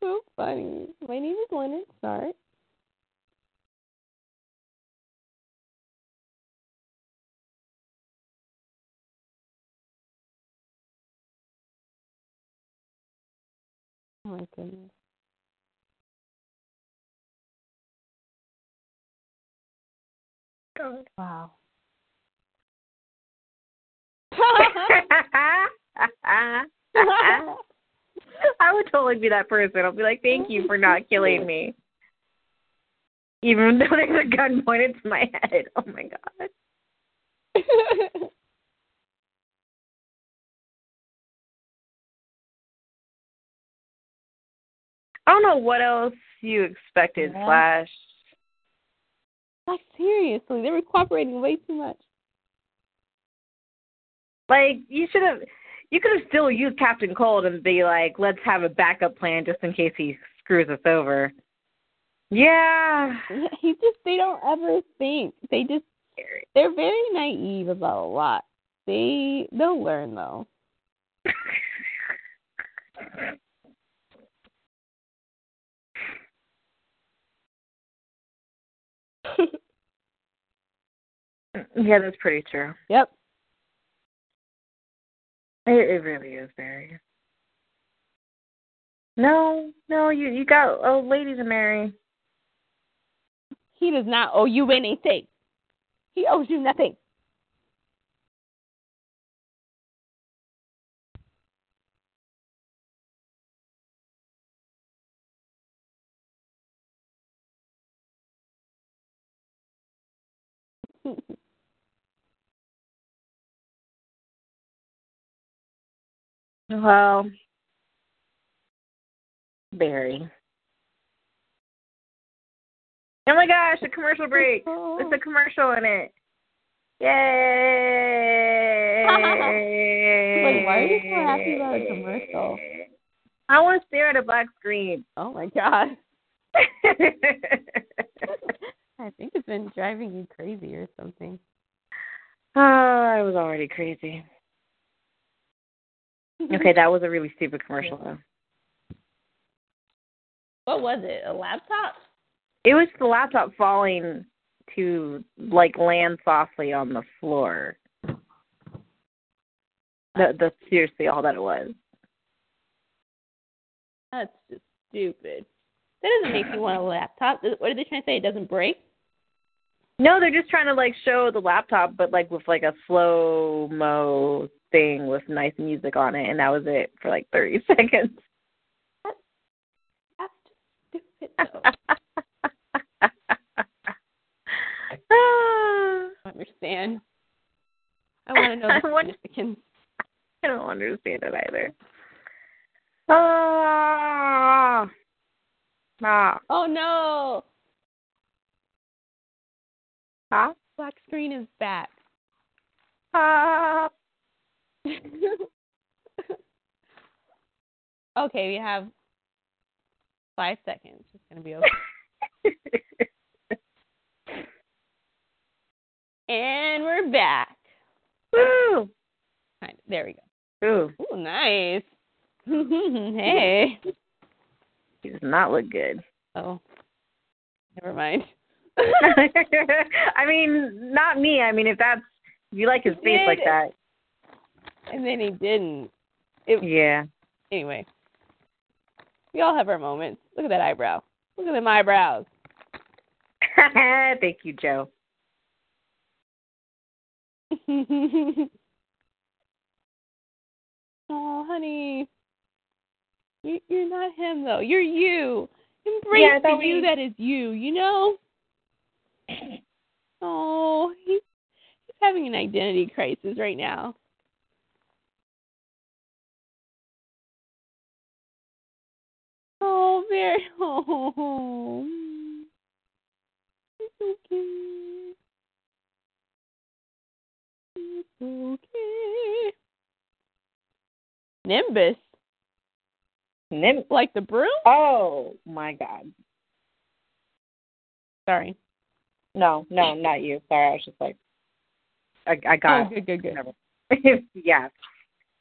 S2: so funny. My name is Leonard Snart. Oh my goodness.
S3: God.
S2: Wow.
S3: I would totally be that person. I'll be like, thank you for not killing me. Even though there's a gun pointed to my head. Oh my god. I don't know what else you expected,
S2: Yeah.
S3: Flash.
S2: like seriously, they were cooperating way too much.
S3: Like you should have you could have still used Captain Cold and be like, let's have a backup plan just in case he screws us over. Yeah.
S2: He just they don't ever think. They just they're very naive about a lot. They they'll learn though.
S3: Yeah, that's pretty true.
S2: Yep.
S3: It, it really is Barry. No, no, you you got oh, old lady to marry.
S2: He does not owe you anything. He owes you nothing.
S3: Well, Barry. Oh my gosh, a commercial break.
S2: Oh.
S3: There's a commercial in it. Yay!
S2: Wait, why are you so happy about a commercial?
S3: I want to stare at a black screen.
S2: Oh my god. I think it's been driving you crazy or something.
S3: oh, I was already crazy. Okay, that was a really stupid commercial though.
S2: What was it? A laptop?
S3: It was the laptop falling to like land softly on the floor. That, that's seriously all that it was.
S2: That's just stupid. That doesn't make you want a laptop. What are they trying to say? It doesn't break?
S3: No, they're just trying to like show the laptop, but like with like a slow mo thing with nice music on it, and that was it for like thirty seconds.
S2: That's just stupid though. I
S3: Ah,
S2: don't understand. I want to know
S3: I
S2: the
S3: wonder-
S2: significance.
S3: I don't understand it either. Ah, ah,
S2: Oh no!
S3: ah,
S2: Black screen is back.
S3: ah.
S2: okay, we have five seconds. It's gonna be over. And we're back.
S3: Woo!
S2: Kind of. There we
S3: Ooh,
S2: go. Ooh, nice. hey.
S3: she does not look good.
S2: Oh. Never mind.
S3: I mean, not me. I mean, if that's if you like his face
S2: Yeah,
S3: like
S2: it-
S3: that,
S2: and then he didn't. It,
S3: yeah.
S2: Anyway. We all have our moments. Look at that eyebrow. Look at them eyebrows.
S3: Thank you, Joe.
S2: oh, honey. You, you're not him, though. You're you. Embrace
S3: Yeah, I
S2: the
S3: thought
S2: you
S3: we-
S2: that is you, you know? Oh, he's, he's having an identity crisis right now. Oh, very. Oh, it's okay. It's okay. Nimbus,
S3: Nim-
S2: like the broom?
S3: oh my God.
S2: Sorry.
S3: No, no, not you. Sorry, I was just like, I, I got
S2: Oh, good, good, good,
S3: it. yeah.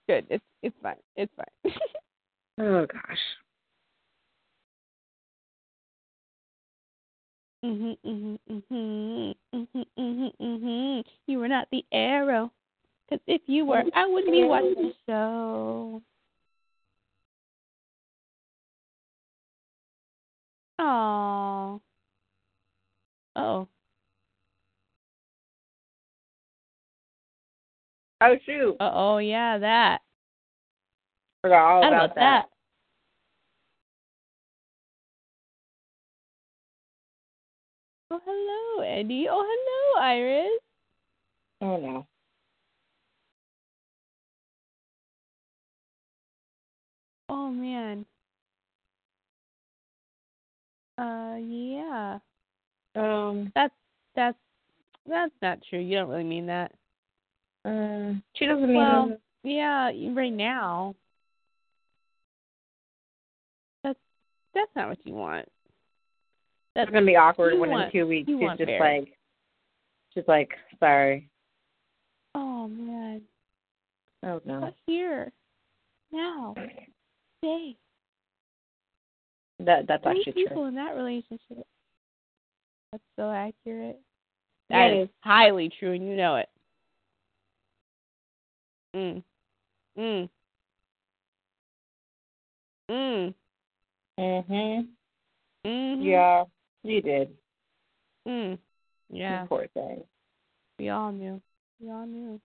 S2: good. It's it's fine. It's fine.
S3: Oh gosh.
S2: mhm, mhm, mhm, mhm, mhm, mhm. You were not the arrow, because if you were, I wouldn't be watching the show. Aww. Oh.
S3: Oh shoot!
S2: Uh oh. Yeah, that.
S3: Forgot all
S2: I
S3: about,
S2: don't know
S3: that.
S2: Oh, hello, Eddie. Oh, hello, Iris.
S3: Oh no.
S2: Oh, man. Uh, yeah.
S3: Um,
S2: That's that's not true. You don't really mean that.
S3: um, she doesn't mean.
S2: uh, Well, yeah, you- right now. That's that's not what you want.
S3: It's
S2: That's
S3: gonna be awkward
S2: you
S3: when
S2: want-
S3: in two weeks
S2: you
S3: she's
S2: want
S3: just
S2: Barry.
S3: like, she's like, sorry.
S2: oh man.
S3: Oh no.
S2: But here, now, today.
S3: That that's
S2: Three
S3: actually
S2: people
S3: true.
S2: in that relationship. That's so accurate.
S3: Yeah,
S2: That
S3: it
S2: is
S3: is.
S2: highly true, and you know it. Mm. Mm. Mm.
S3: Mhm.
S2: Mm.
S3: Yeah, you did.
S2: Mm. Yeah.
S3: You Poor thing.
S2: We all knew. We all knew.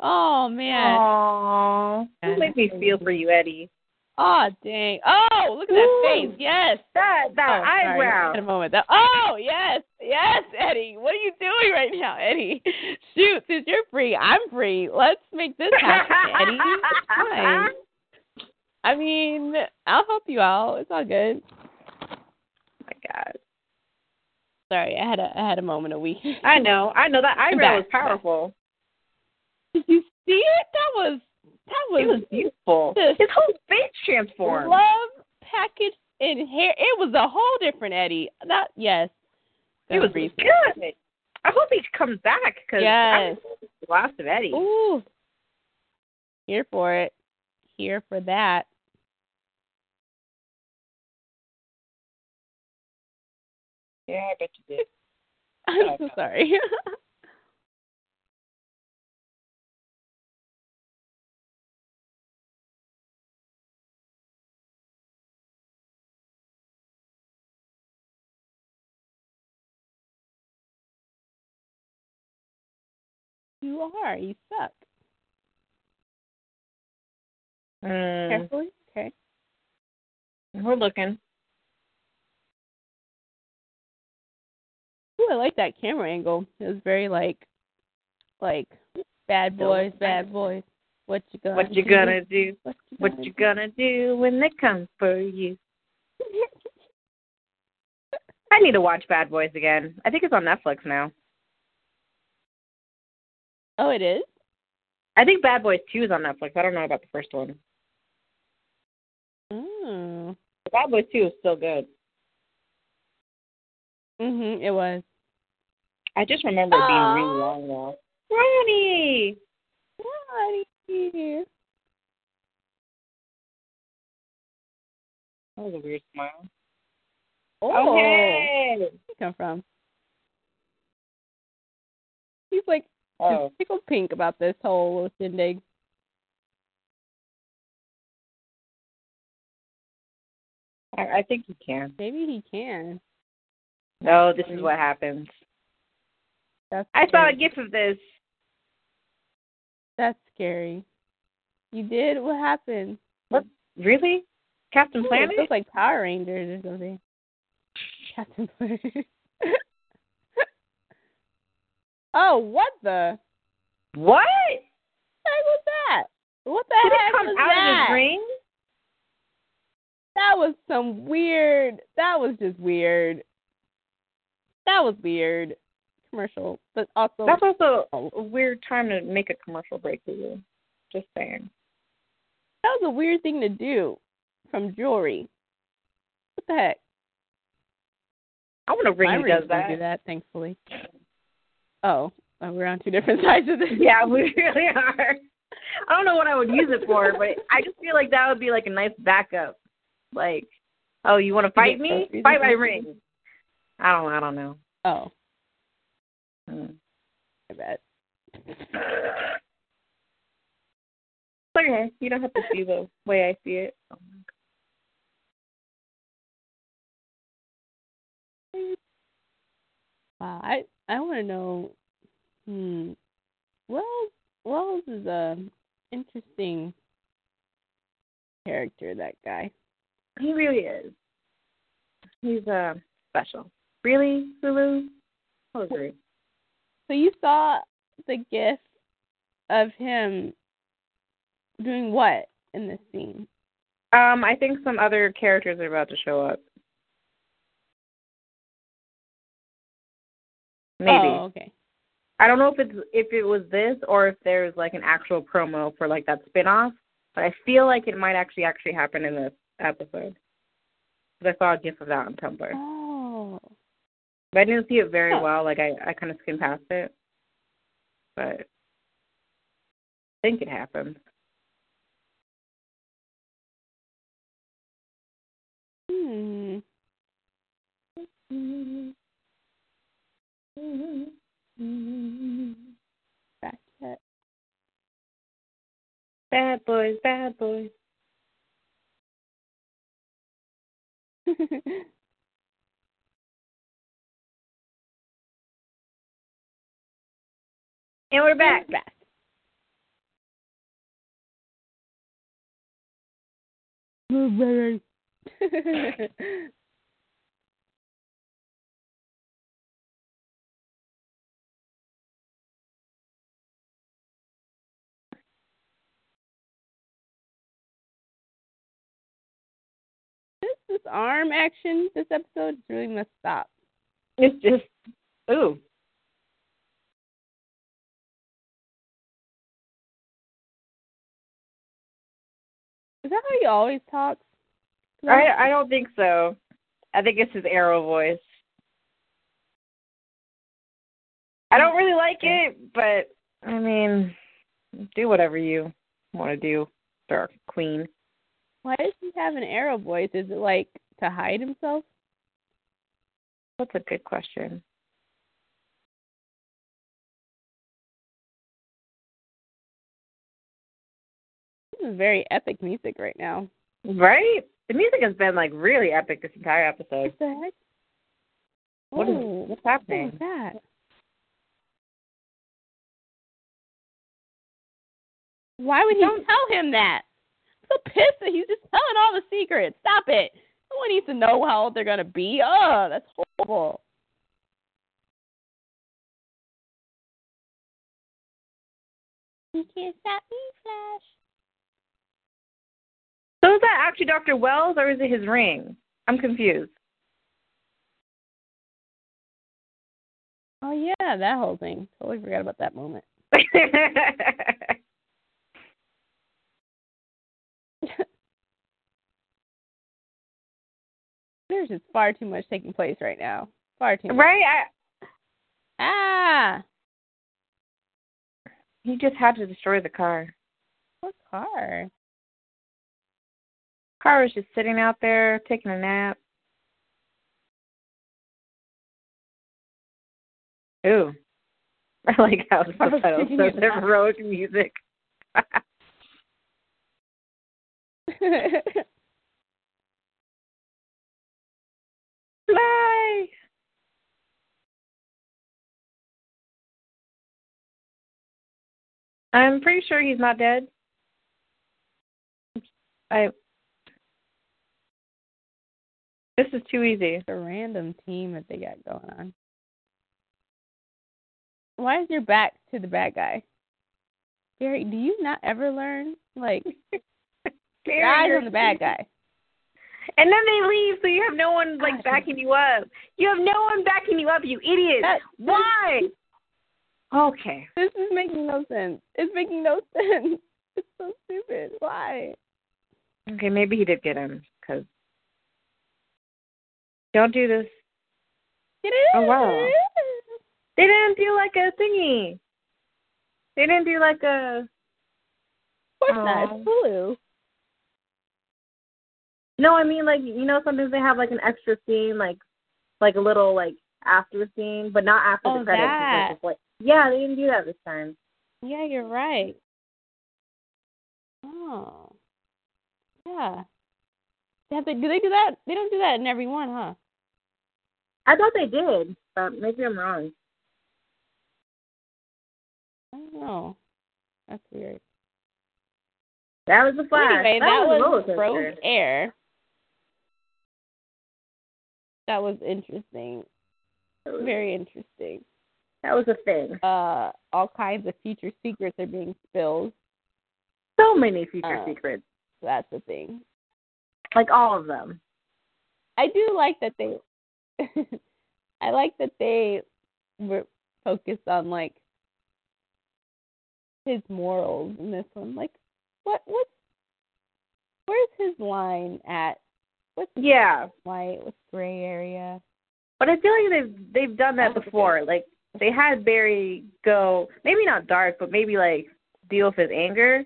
S2: Oh man.
S3: Aww. You make me feel for you, Eddie.
S2: Oh dang. Oh, look at that
S3: Ooh.
S2: face. Yes.
S3: That that
S2: Oh, sorry.
S3: eyebrow.
S2: At a moment. That, oh, yes. Yes, Eddie. What are you doing right now, Eddie? Shoot, since you're free, I'm free. Let's make this happen, Eddie. It's fine.
S3: Oh
S2: I mean, I'll help you out. It's all good.
S3: Oh my god.
S2: Sorry, I had a I had a moment of weakness.
S3: I know. I know that
S2: Back,
S3: eyebrow was powerful.
S2: Did you see it? That was that
S3: It was
S2: was,
S3: beautiful.
S2: This-
S3: His whole face transformed.
S2: love package in hair. It was a whole different Eddie. That yes.
S3: It was
S2: brief.
S3: good. I hope he comes back because
S2: Yes.
S3: the last of Eddie.
S2: Ooh. Here for it. Here for that.
S3: Yeah, I bet you did.
S2: I'm so sorry. you are. You suck.
S3: Mm,
S2: Carefully. Okay.
S3: we're looking.
S2: Ooh, I like that camera angle. It was very like, like bad
S3: Still
S2: boys,
S3: looks nice.
S2: bad boys. What you gonna?
S3: What you
S2: do?
S3: gonna do?
S2: What you
S3: What
S2: gonna
S3: you gonna do when they come for you? I need to watch Bad Boys again. I think it's on Netflix now.
S2: Oh, it is.
S3: I think Bad Boys Two is on Netflix. I don't know about the first one.
S2: Oh.
S3: Bad Boys Two is still good.
S2: Mm-hmm, Mhm. It was.
S3: I just remember it being
S2: Aw.
S3: really long though.
S2: Ronnie. Ronnie.
S3: That was a weird smile.
S2: Oh.
S3: Okay.
S2: Where'd he come from? He's like
S3: Oh,
S2: tickled pink about this whole little shindig.
S3: I, I think you can.
S2: Maybe he can.
S3: No, this is what happens.
S2: That's
S3: I saw a
S2: scary.
S3: gif of this.
S2: That's scary. You did? What happened?
S3: Really? Captain
S2: Ooh,
S3: Planet?
S2: It looks like Power Rangers or something. Captain Planet. oh, what the?
S3: What?
S2: heck was that? What the
S3: Did
S2: heck
S3: it come
S2: was
S3: out
S2: that?
S3: of his ring?
S2: That was some weird. That was just weird. That was weird commercial, but also
S3: That's also
S2: oh.
S3: a weird time to make a commercial break for you. Just saying.
S2: that was a weird thing to do from jewelry. What the heck?
S3: I want a ring
S2: My
S3: that
S2: rings
S3: does
S2: don't
S3: that.
S2: do that, thankfully. Oh, oh, we're on two different sides of this.
S4: Yeah, we really are. I don't know what I would use it for, but I just feel like that would be like a nice backup. Like, oh, you want to fight me? Fight my ring. I don't. I don't know. Hmm.
S2: Oh,
S3: Mm.
S2: I bet.
S3: It's okay. You don't have to see the way I see it.
S2: Wow, Uh, I I want to know. Hmm. Wells Wells is a interesting character. That guy.
S3: He really is. He's uh special. Really, Lulu? I'll agree.
S2: So you saw the gif of him doing what in this scene?
S3: Um, I think some other characters are about to show up. Maybe.
S2: Oh, okay.
S3: I don't know if it's if it was this or if there's like an actual promo for like that spin off, but I feel like it might actually actually happen in this episode. Because I saw a gif of that on Tumblr.
S2: Oh.
S3: But I didn't see it very
S2: Huh.
S3: well. Like I, I kind of skimmed past it, but I think it happened.
S2: Hmm. Back yet.
S3: Bad boys, bad boys.
S4: And we're back.
S2: Back. this, this arm action this episode really must stop.
S3: It's just ooh.
S2: Is that how he always talks?
S3: I I don't think so. I think it's his arrow voice. I don't really like it, but I mean, do whatever you want to do, sir, queen.
S2: Why does he have an arrow voice? Is it like to hide himself?
S3: That's a good question.
S2: This is very epic music right now.
S3: Right? The music has been like really epic this entire episode.
S2: What the heck?
S3: What is
S2: Oh, what
S3: what's
S2: was
S3: happening?
S2: that? Why would he
S3: Don't-
S2: tell him that? I'm so pissed that he's just telling all the secrets. Stop it. No one needs to know how old they're gonna be. Oh, that's horrible. You can't stop me, Flash.
S3: So is that actually Dr. Wells or is it his ring? I'm confused.
S2: Oh yeah, that whole thing. Totally forgot about that moment. There's just far too much taking place right now. Far too much.
S3: right? I
S2: Ah,
S3: He just had to destroy the car.
S2: what car?
S3: Car was just sitting out there taking a nap. Ooh. I like how the
S2: I was
S3: subtitles
S2: taking a
S3: says
S2: nap.
S3: road music. Fly! I'm pretty sure he's not dead. I. This is too easy.
S2: the random team that they got going on. Why is your back to the bad guy? Gary, do you not ever learn? Like, your eyes on the bad guy.
S3: And then they leave, so you have no one
S2: Gosh.
S3: like backing you up. You have no one backing you up, you idiot.
S2: That-
S3: Why? Okay.
S2: This is making no sense. It's making no sense. It's so stupid. Why?
S3: Okay, maybe he did get him. Cause don't do this.
S2: Get it?
S3: Oh, wow. They didn't do like a thingy. They didn't do like a
S2: Of course not.
S3: Aw.
S2: It's Hulu.
S3: no. I mean, like you know, sometimes they have like an extra scene, like like a little like after scene, but not after
S2: Oh,
S3: the credits. It's
S2: that.
S3: just like- yeah, they didn't do that this time.
S2: Yeah, you're right. Oh. Yeah. They have to, do they do that? They don't do that in every one, huh?
S3: I thought they did, but maybe I'm wrong.
S2: I don't know. That's weird.
S3: That was the
S2: Well,
S3: flash.
S2: Anyway, that, was,
S3: a roller
S2: Rogue
S3: coaster.
S2: Air. That was interesting. Very interesting.
S3: That was a thing.
S2: Uh, all kinds of future secrets are being spilled.
S3: So many future
S2: Uh,
S3: secrets,
S2: So that's the thing.
S3: like all of them.
S2: I do like that they. I like that they were focused on like his morals in this one. Like, what what's where's his line at? What's
S3: Yeah,
S2: white? What's gray area?
S3: but I feel like they've they've done that
S2: Oh, okay.
S3: before. Like they had Barry go, maybe not dark, but maybe like deal with his anger.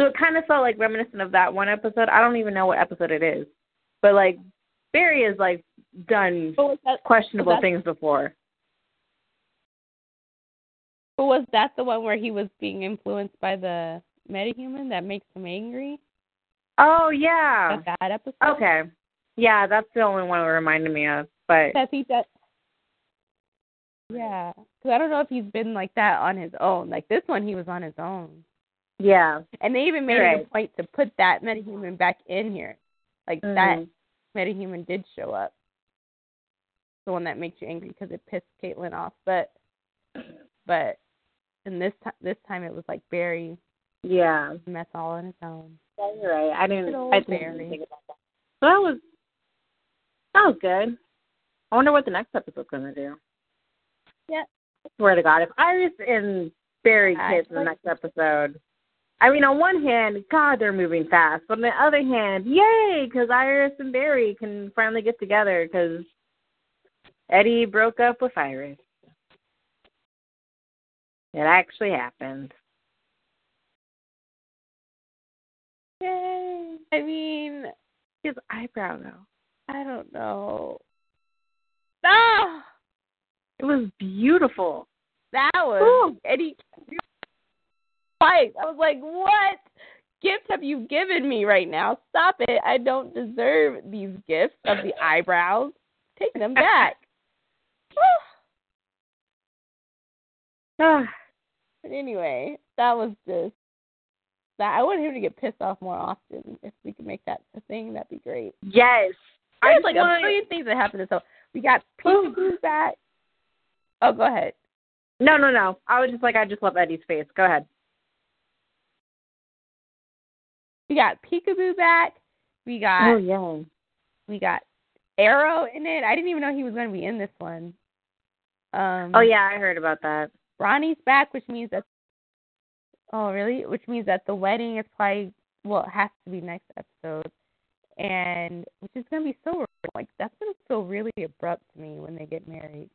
S3: So it kind of felt like reminiscent of that one episode. I don't even know what episode it is, but like Barry has like done
S2: But was that
S3: questionable
S2: that's-
S3: things before.
S2: But was that the one where he was being influenced by the metahuman that makes him angry?
S3: Oh yeah.
S2: That bad episode?
S3: Okay. Yeah, that's the only one it reminded me of. But
S2: I think that. Yeah. Because I don't know if he's been like that on his own. Like this one, he was on his own.
S3: yeah.
S2: And they even made it
S3: Right.
S2: a point to put that metahuman back in here. Like
S3: Mm. Mm-hmm.
S2: that metahuman did show up. The one that makes you angry because it pissed Caitlin off. But, but, and this time, this time it was like Barry,
S3: Yeah.
S2: and that's all on his own.
S3: Yeah, you're right. I didn't.
S2: Good old
S3: I didn't
S2: Barry.
S3: even think about that. So that was that was good. I wonder what the next episode's gonna do.
S2: Yeah.
S3: Swear to God, if Iris and Barry
S2: I
S3: kiss in the
S2: swear-
S3: next episode, I mean, on one hand, God, they're moving fast. But on the other hand, yay, because Iris and Barry can finally get together because Eddie broke up with Iris. It actually happened.
S2: Yay! I mean,
S3: His eyebrow though.
S2: I don't know. Ah,
S3: It was beautiful.
S2: that was
S3: Ooh.
S2: Eddie fight. I was like, what gift have you given me right now? Stop it! I don't deserve these gifts of the eyebrows. Taking them back. Whew.
S3: Ah.
S2: but anyway, that was just that. I want him to get pissed off more often. If we could make that a thing, that'd be great.
S3: Yes.
S2: There's like a
S3: want-
S2: million things that happened. So we got Pizza Cruz back. Oh, go ahead.
S3: No, no, no. I was just like, I just love Eddie's face. Go ahead.
S2: We got Peekaboo back. We
S3: Uh,
S2: got
S3: Oh, yeah.
S2: we got Arrow in it. I didn't even know he was going to be in this one. Um,
S3: Oh yeah, I heard about that.
S2: Ronnie's back, which means that. Oh really? Which means that the wedding is probably well it has to be next episode, and which is going to be so like that's going to feel really abrupt to me when they get married.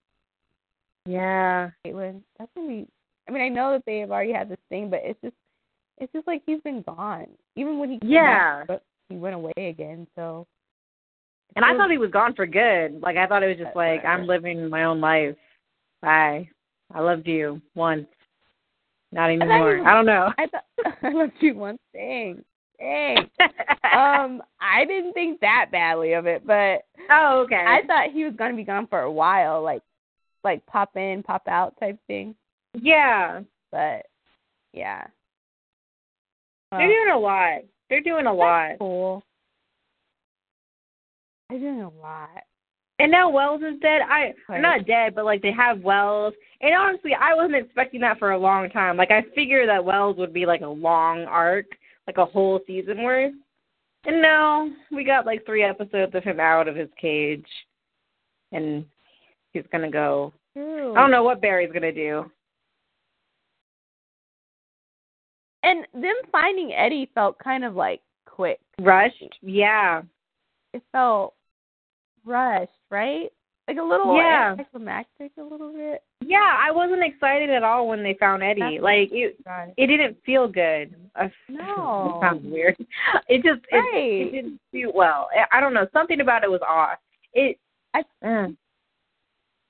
S3: Yeah.
S2: Caitlin. That's gonna be. I mean, I know that they have already had this thing, but it's just, it's just like he's been gone. Even when he came
S3: Yeah.
S2: back, but he went away again. So.
S3: And I thought he was gone for good. Like I thought it was just
S2: That's
S3: like
S2: what I
S3: I'm
S2: heard.
S3: living my own life. Bye. I loved you once. Not
S2: thought he
S3: anymore.
S2: was-
S3: I don't know.
S2: I thought I loved you once. Dang, dang. um, I didn't think that badly of it, but
S3: oh, okay.
S2: I thought he was gonna be gone for a while, like, like pop in, pop out type thing.
S3: yeah.
S2: But yeah,
S3: They're
S2: Um,
S3: doing a lot. They're doing a lot.
S2: That's cool. They're doing a lot.
S3: And now Wells is dead. I
S2: Right.
S3: not dead, but like they have Wells. And honestly, I wasn't expecting that for a long time. Like I figured that Wells would be like a long arc, like a whole season worth. And no, we got like three episodes of him out of his cage, and he's gonna go.
S2: True.
S3: I don't know what Barry's gonna do.
S2: And them finding Eddie felt kind of like quick.
S3: Rushed? Yeah.
S2: It felt rushed, right? Like a little
S3: Yeah.
S2: anticlimactic, a little bit.
S3: Yeah, I wasn't excited at all when they found Eddie.
S2: That's-
S3: like it,
S2: Right.
S3: it didn't feel good. I-
S2: No.
S3: it sounds weird. It just it, it didn't suit well. I- I don't know. Something about it was off. It.
S2: I-
S3: Mm.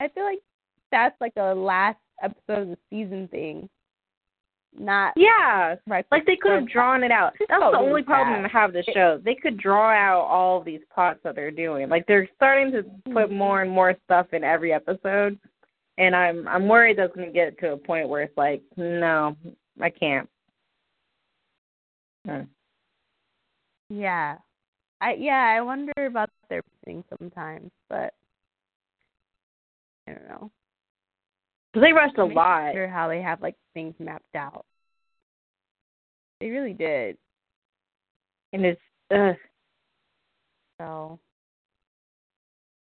S2: I feel like that's like a last episode of the season thing. Not
S3: Yeah.
S2: right.
S3: Like they could have
S2: before-
S3: drawn it out.
S2: It's
S3: That's
S2: so
S3: the only
S2: bad.
S3: problem I have with the
S2: It-
S3: show. They could draw out all these plots that they're doing. Like they're starting to
S2: Mhm.
S3: put more and more stuff in every episode, and I'm I'm worried that's going to get to a point where it's like, no, I can't. Mm.
S2: Yeah. I yeah, I wonder about their thing sometimes, but I don't know.
S3: 'Cause they rushed a
S2: Makes me
S3: lot.
S2: wonder how they have like things mapped out. They really did.
S3: and it's ugh.
S2: So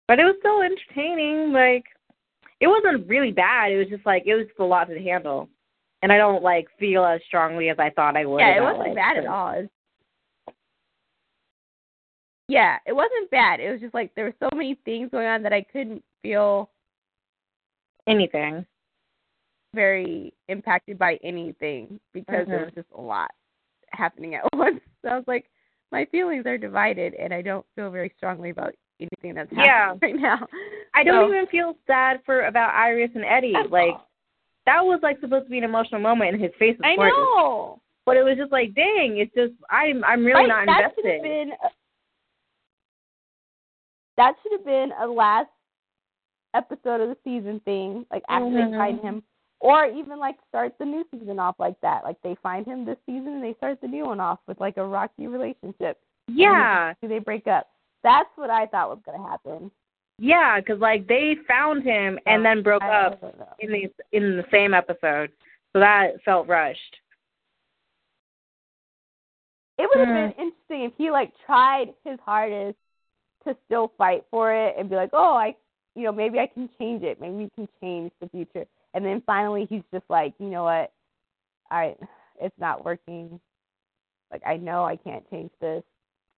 S3: but it was still entertaining like it wasn't really bad it was just like it was just a lot to handle and i don't like feel as strongly as i thought i would
S2: yeah, it
S3: about,
S2: wasn't
S3: like,
S2: bad at
S3: the-
S2: all. It's- yeah, it wasn't bad. It was just like there were so many things going on that I couldn't feel
S3: anything
S2: very impacted by anything because there
S3: Mhm.
S2: was just a lot happening at once. So I was like, my feelings are divided, and I don't feel very strongly about anything that's
S3: Yeah.
S2: happening right now.
S3: i don't
S2: So-
S3: even feel sad for about iris and eddie
S2: At
S3: like
S2: all.
S3: that was like supposed to be an emotional moment and his face was
S2: I
S3: gorgeous.
S2: know.
S3: but it was just like dang it's just i'm i'm really
S2: Right,
S3: not
S2: that should have
S3: invested
S2: been a- that should have been a last episode of the season thing, like after they
S3: Mhm.
S2: find him, or even like start the new season off like that. Like they find him this season and they start the new one off with like a rocky relationship.
S3: yeah
S2: Do they break up? That's what I thought was gonna happen.
S3: yeah because like they found him and
S2: So,
S3: then broke
S2: I
S3: up
S2: don't know.
S3: in the in the same episode so that felt rushed
S2: It would have
S3: Hmm.
S2: been interesting if he like tried his hardest to still fight for it and be like, oh, I, you know, maybe I can change it. Maybe we can change the future. And then finally, he's just like, you know what? All right, it's not working. Like I know I can't change this.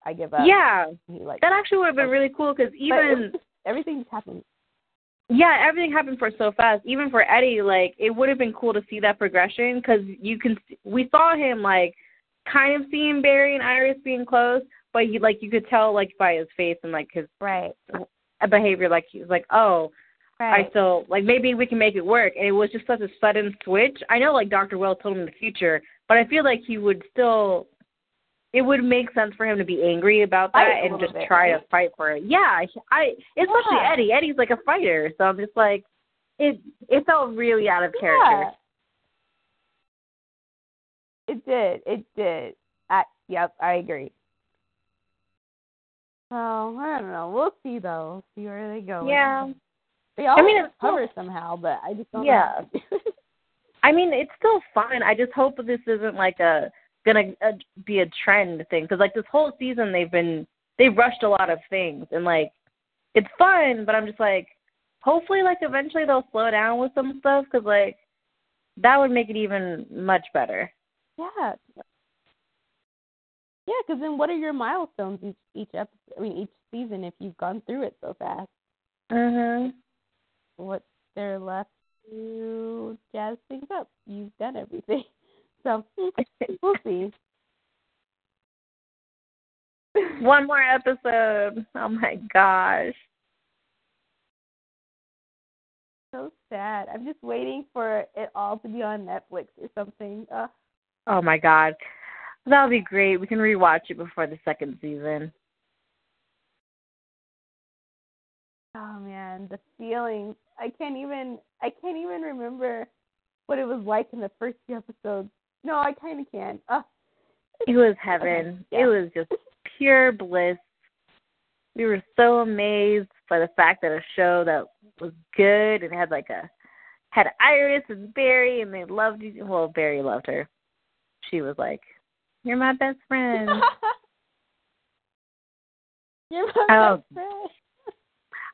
S2: I give up.
S3: yeah,
S2: And He like
S3: that actually would have been really cool because
S2: but it was
S3: even
S2: just- everything just happened.
S3: yeah, everything happened for so fast. Even for Eddie, like it would have been cool to see that progression because you can we saw him like kind of seeing Barry and Iris being close, but he like you could tell like by his face and like his
S2: Right.
S3: behavior, like he was like, oh,
S2: Right.
S3: I still like maybe we can make it work. And it was just such a sudden switch. I know like Dr. Wells told him in the future, but I feel like he would still it would make sense for him to be angry about
S2: Fight
S3: that
S2: a
S3: and
S2: little
S3: just
S2: bit,
S3: try
S2: right?
S3: to fight for it. Yeah, I especially
S2: Yeah.
S3: Eddie. Eddie's like a fighter, so I'm just like it it felt really out of character.
S2: Yeah. It did. It did. I, yep, I agree. Oh, I don't know. We'll see though. See where they go. with
S3: Yeah.
S2: it. They always
S3: mean, it's
S2: recover somehow, but I just don't
S3: Yeah.
S2: know.
S3: I mean, it's still fun. I just hope this isn't like a gonna uh, be a trend thing because like this whole season they've been they rushed a lot of things and like it's fun, but I'm just like hopefully like eventually they'll slow down with some stuff because like that would make it even much better.
S2: yeah. Yeah, because then what are your milestones each each episode? I mean, each season if you've gone through it so fast.
S3: Mhm.
S2: What's there left to jazz things up. You've done everything. So we'll see.
S3: One more episode. Oh my gosh.
S2: So sad. I'm just waiting for it all to be on Netflix or something. Uh,
S3: Oh my god. That would be great. We can rewatch it before the second season.
S2: oh man, the feeling. I can't even. I can't even remember what it was like in the first few episodes. No, I kind of can. Uh,
S3: It was heaven.
S2: Okay, yeah.
S3: It was just pure bliss. We were so amazed by the fact that a show that was good and had like a had Iris and Barry and they loved you. Well, Barry loved her. She was like, "You're my best friend."
S2: You're my
S3: Oh.
S2: best friend.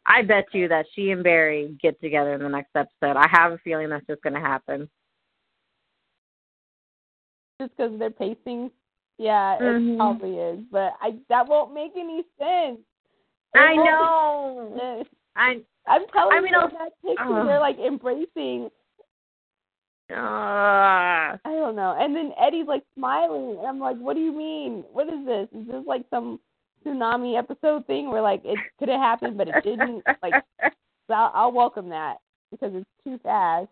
S3: I bet you that she and Barry get together in the next episode. I have a feeling that's just going to happen.
S2: just because they're pacing. Yeah, it
S3: Mhm.
S2: probably is, but I that won't make any sense. It
S3: I
S2: won't make
S3: know.
S2: sense.
S3: I
S2: I'm telling
S3: I mean,
S2: you,
S3: I'll- uh.
S2: in that picture,
S3: Ugh.
S2: they're like embracing.
S3: uh,
S2: I don't know. And then Eddie's like smiling, and I'm like, "What do you mean? What is this? Is this like some tsunami episode thing where like it could have happened but it didn't?" Like, so I'll, I'll welcome that because it's too fast.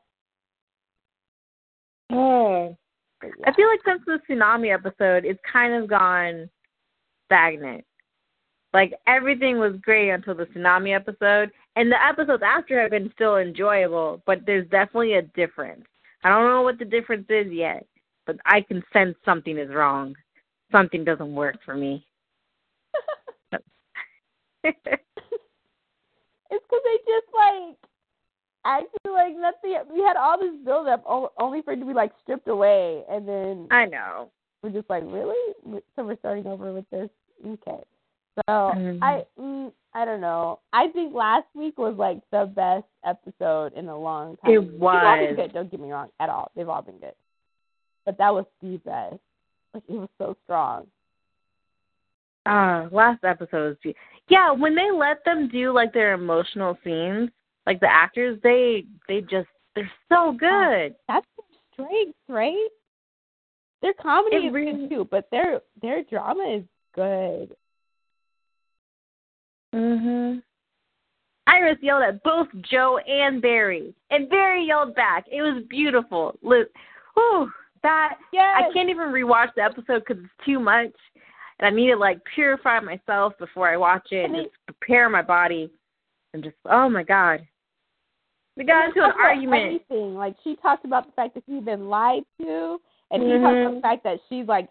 S3: Oh.
S2: But yeah.
S3: I feel like since the tsunami episode, it's kind of gone stagnant. Like everything was great until the tsunami episode, and the episodes after have been still enjoyable, but there's definitely a difference. I don't know what the difference is yet, but I can sense something is wrong. Something doesn't work for me.
S2: It's because they just like acted like nothing. We had all this build up o- only for it to be like stripped away, and then
S3: I know.
S2: we're just like, really? So we're starting over with this. Okay. So
S3: Mm-hmm.
S2: I mm, I don't know. I think last week was like the best episode in a long time.
S3: It
S2: They've all been
S3: was.
S2: good. Don't get me wrong at all. They've all been good, but that was the best. Like it was so strong.
S3: Uh, last episode was be- yeah. When they let them do like their emotional scenes, like the actors, they they just they're so good.
S2: that's their strength, right? Their comedy
S3: It
S2: is
S3: really-
S2: good too, but their their drama is good.
S3: Mhm. Iris yelled at both Joe and Barry, and Barry yelled back. It was beautiful. Li- Whew, that
S2: Yeah,
S3: I can't even rewatch the episode because it's too much, and I need to like purify myself before I watch it and
S2: And they-
S3: just prepare my body. And just oh my god, we got into an argument.
S2: Everything. Like she talked about the fact that he's been lied to, and he talked about
S3: Mhm.
S2: the fact that she's like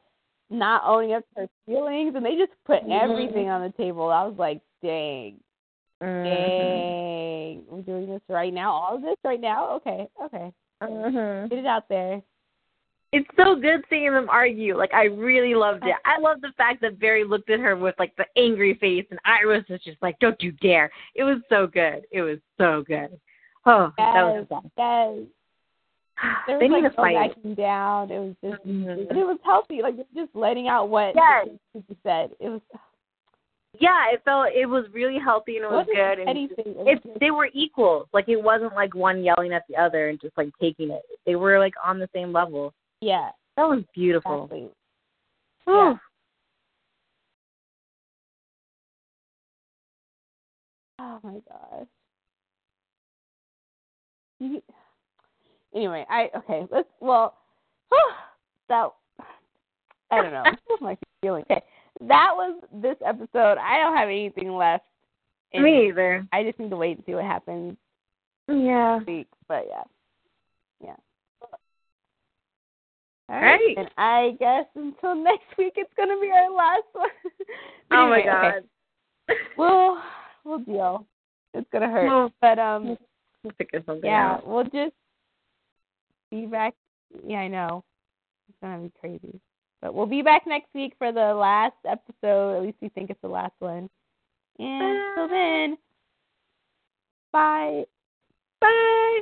S2: not owning up to her feelings, and they just put
S3: Mhm.
S2: everything on the table. I was like, dang,
S3: Mhm.
S2: dang, we're doing this right now. All of this right now. Okay, okay,
S3: Mhm.
S2: get it out there.
S3: It's so good seeing them argue. Like I really loved it. I love the fact that Barry looked at her with like the angry face, and Iris was just like, "Don't you dare!" It was so good. It was so good. Oh, that was awesome.
S2: Yes. There
S3: They
S2: was
S3: need
S2: like
S3: to
S2: no
S3: fight.
S2: backing down. It was just
S3: Mhm.
S2: And it was healthy, like just letting out what
S3: Yes.
S2: she said. It was
S3: Yeah, it felt it was really healthy and it was
S2: wasn't
S3: good. And
S2: anything. It was
S3: it
S2: just-
S3: they were equal. Like it wasn't like one yelling at the other and just like taking it. They were like on the same level.
S2: yeah,
S3: That was beautiful.
S2: exactly.
S3: Whew.
S2: Oh my gosh. You, anyway, I okay. Let's well, that I don't know. my feeling. Okay, that was this episode. I don't have anything left. And
S3: Me either.
S2: I just need to wait and see what happens
S3: Yeah.
S2: week. But yeah, yeah. All
S3: right.
S2: And I guess until next week, it's gonna be our last one. But
S3: Oh my
S2: anyway, okay.
S3: god.
S2: We'll we'll deal. It's gonna hurt,
S3: We'll-
S2: but um,
S3: We'll figure something
S2: yeah,
S3: out.
S2: we'll just be back. Yeah, I know. It's gonna be crazy, but we'll be back next week for the last episode. At least we think it's the last one. And till then, bye.
S3: Bye.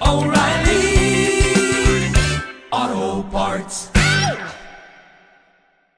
S5: oh, O'Reilly.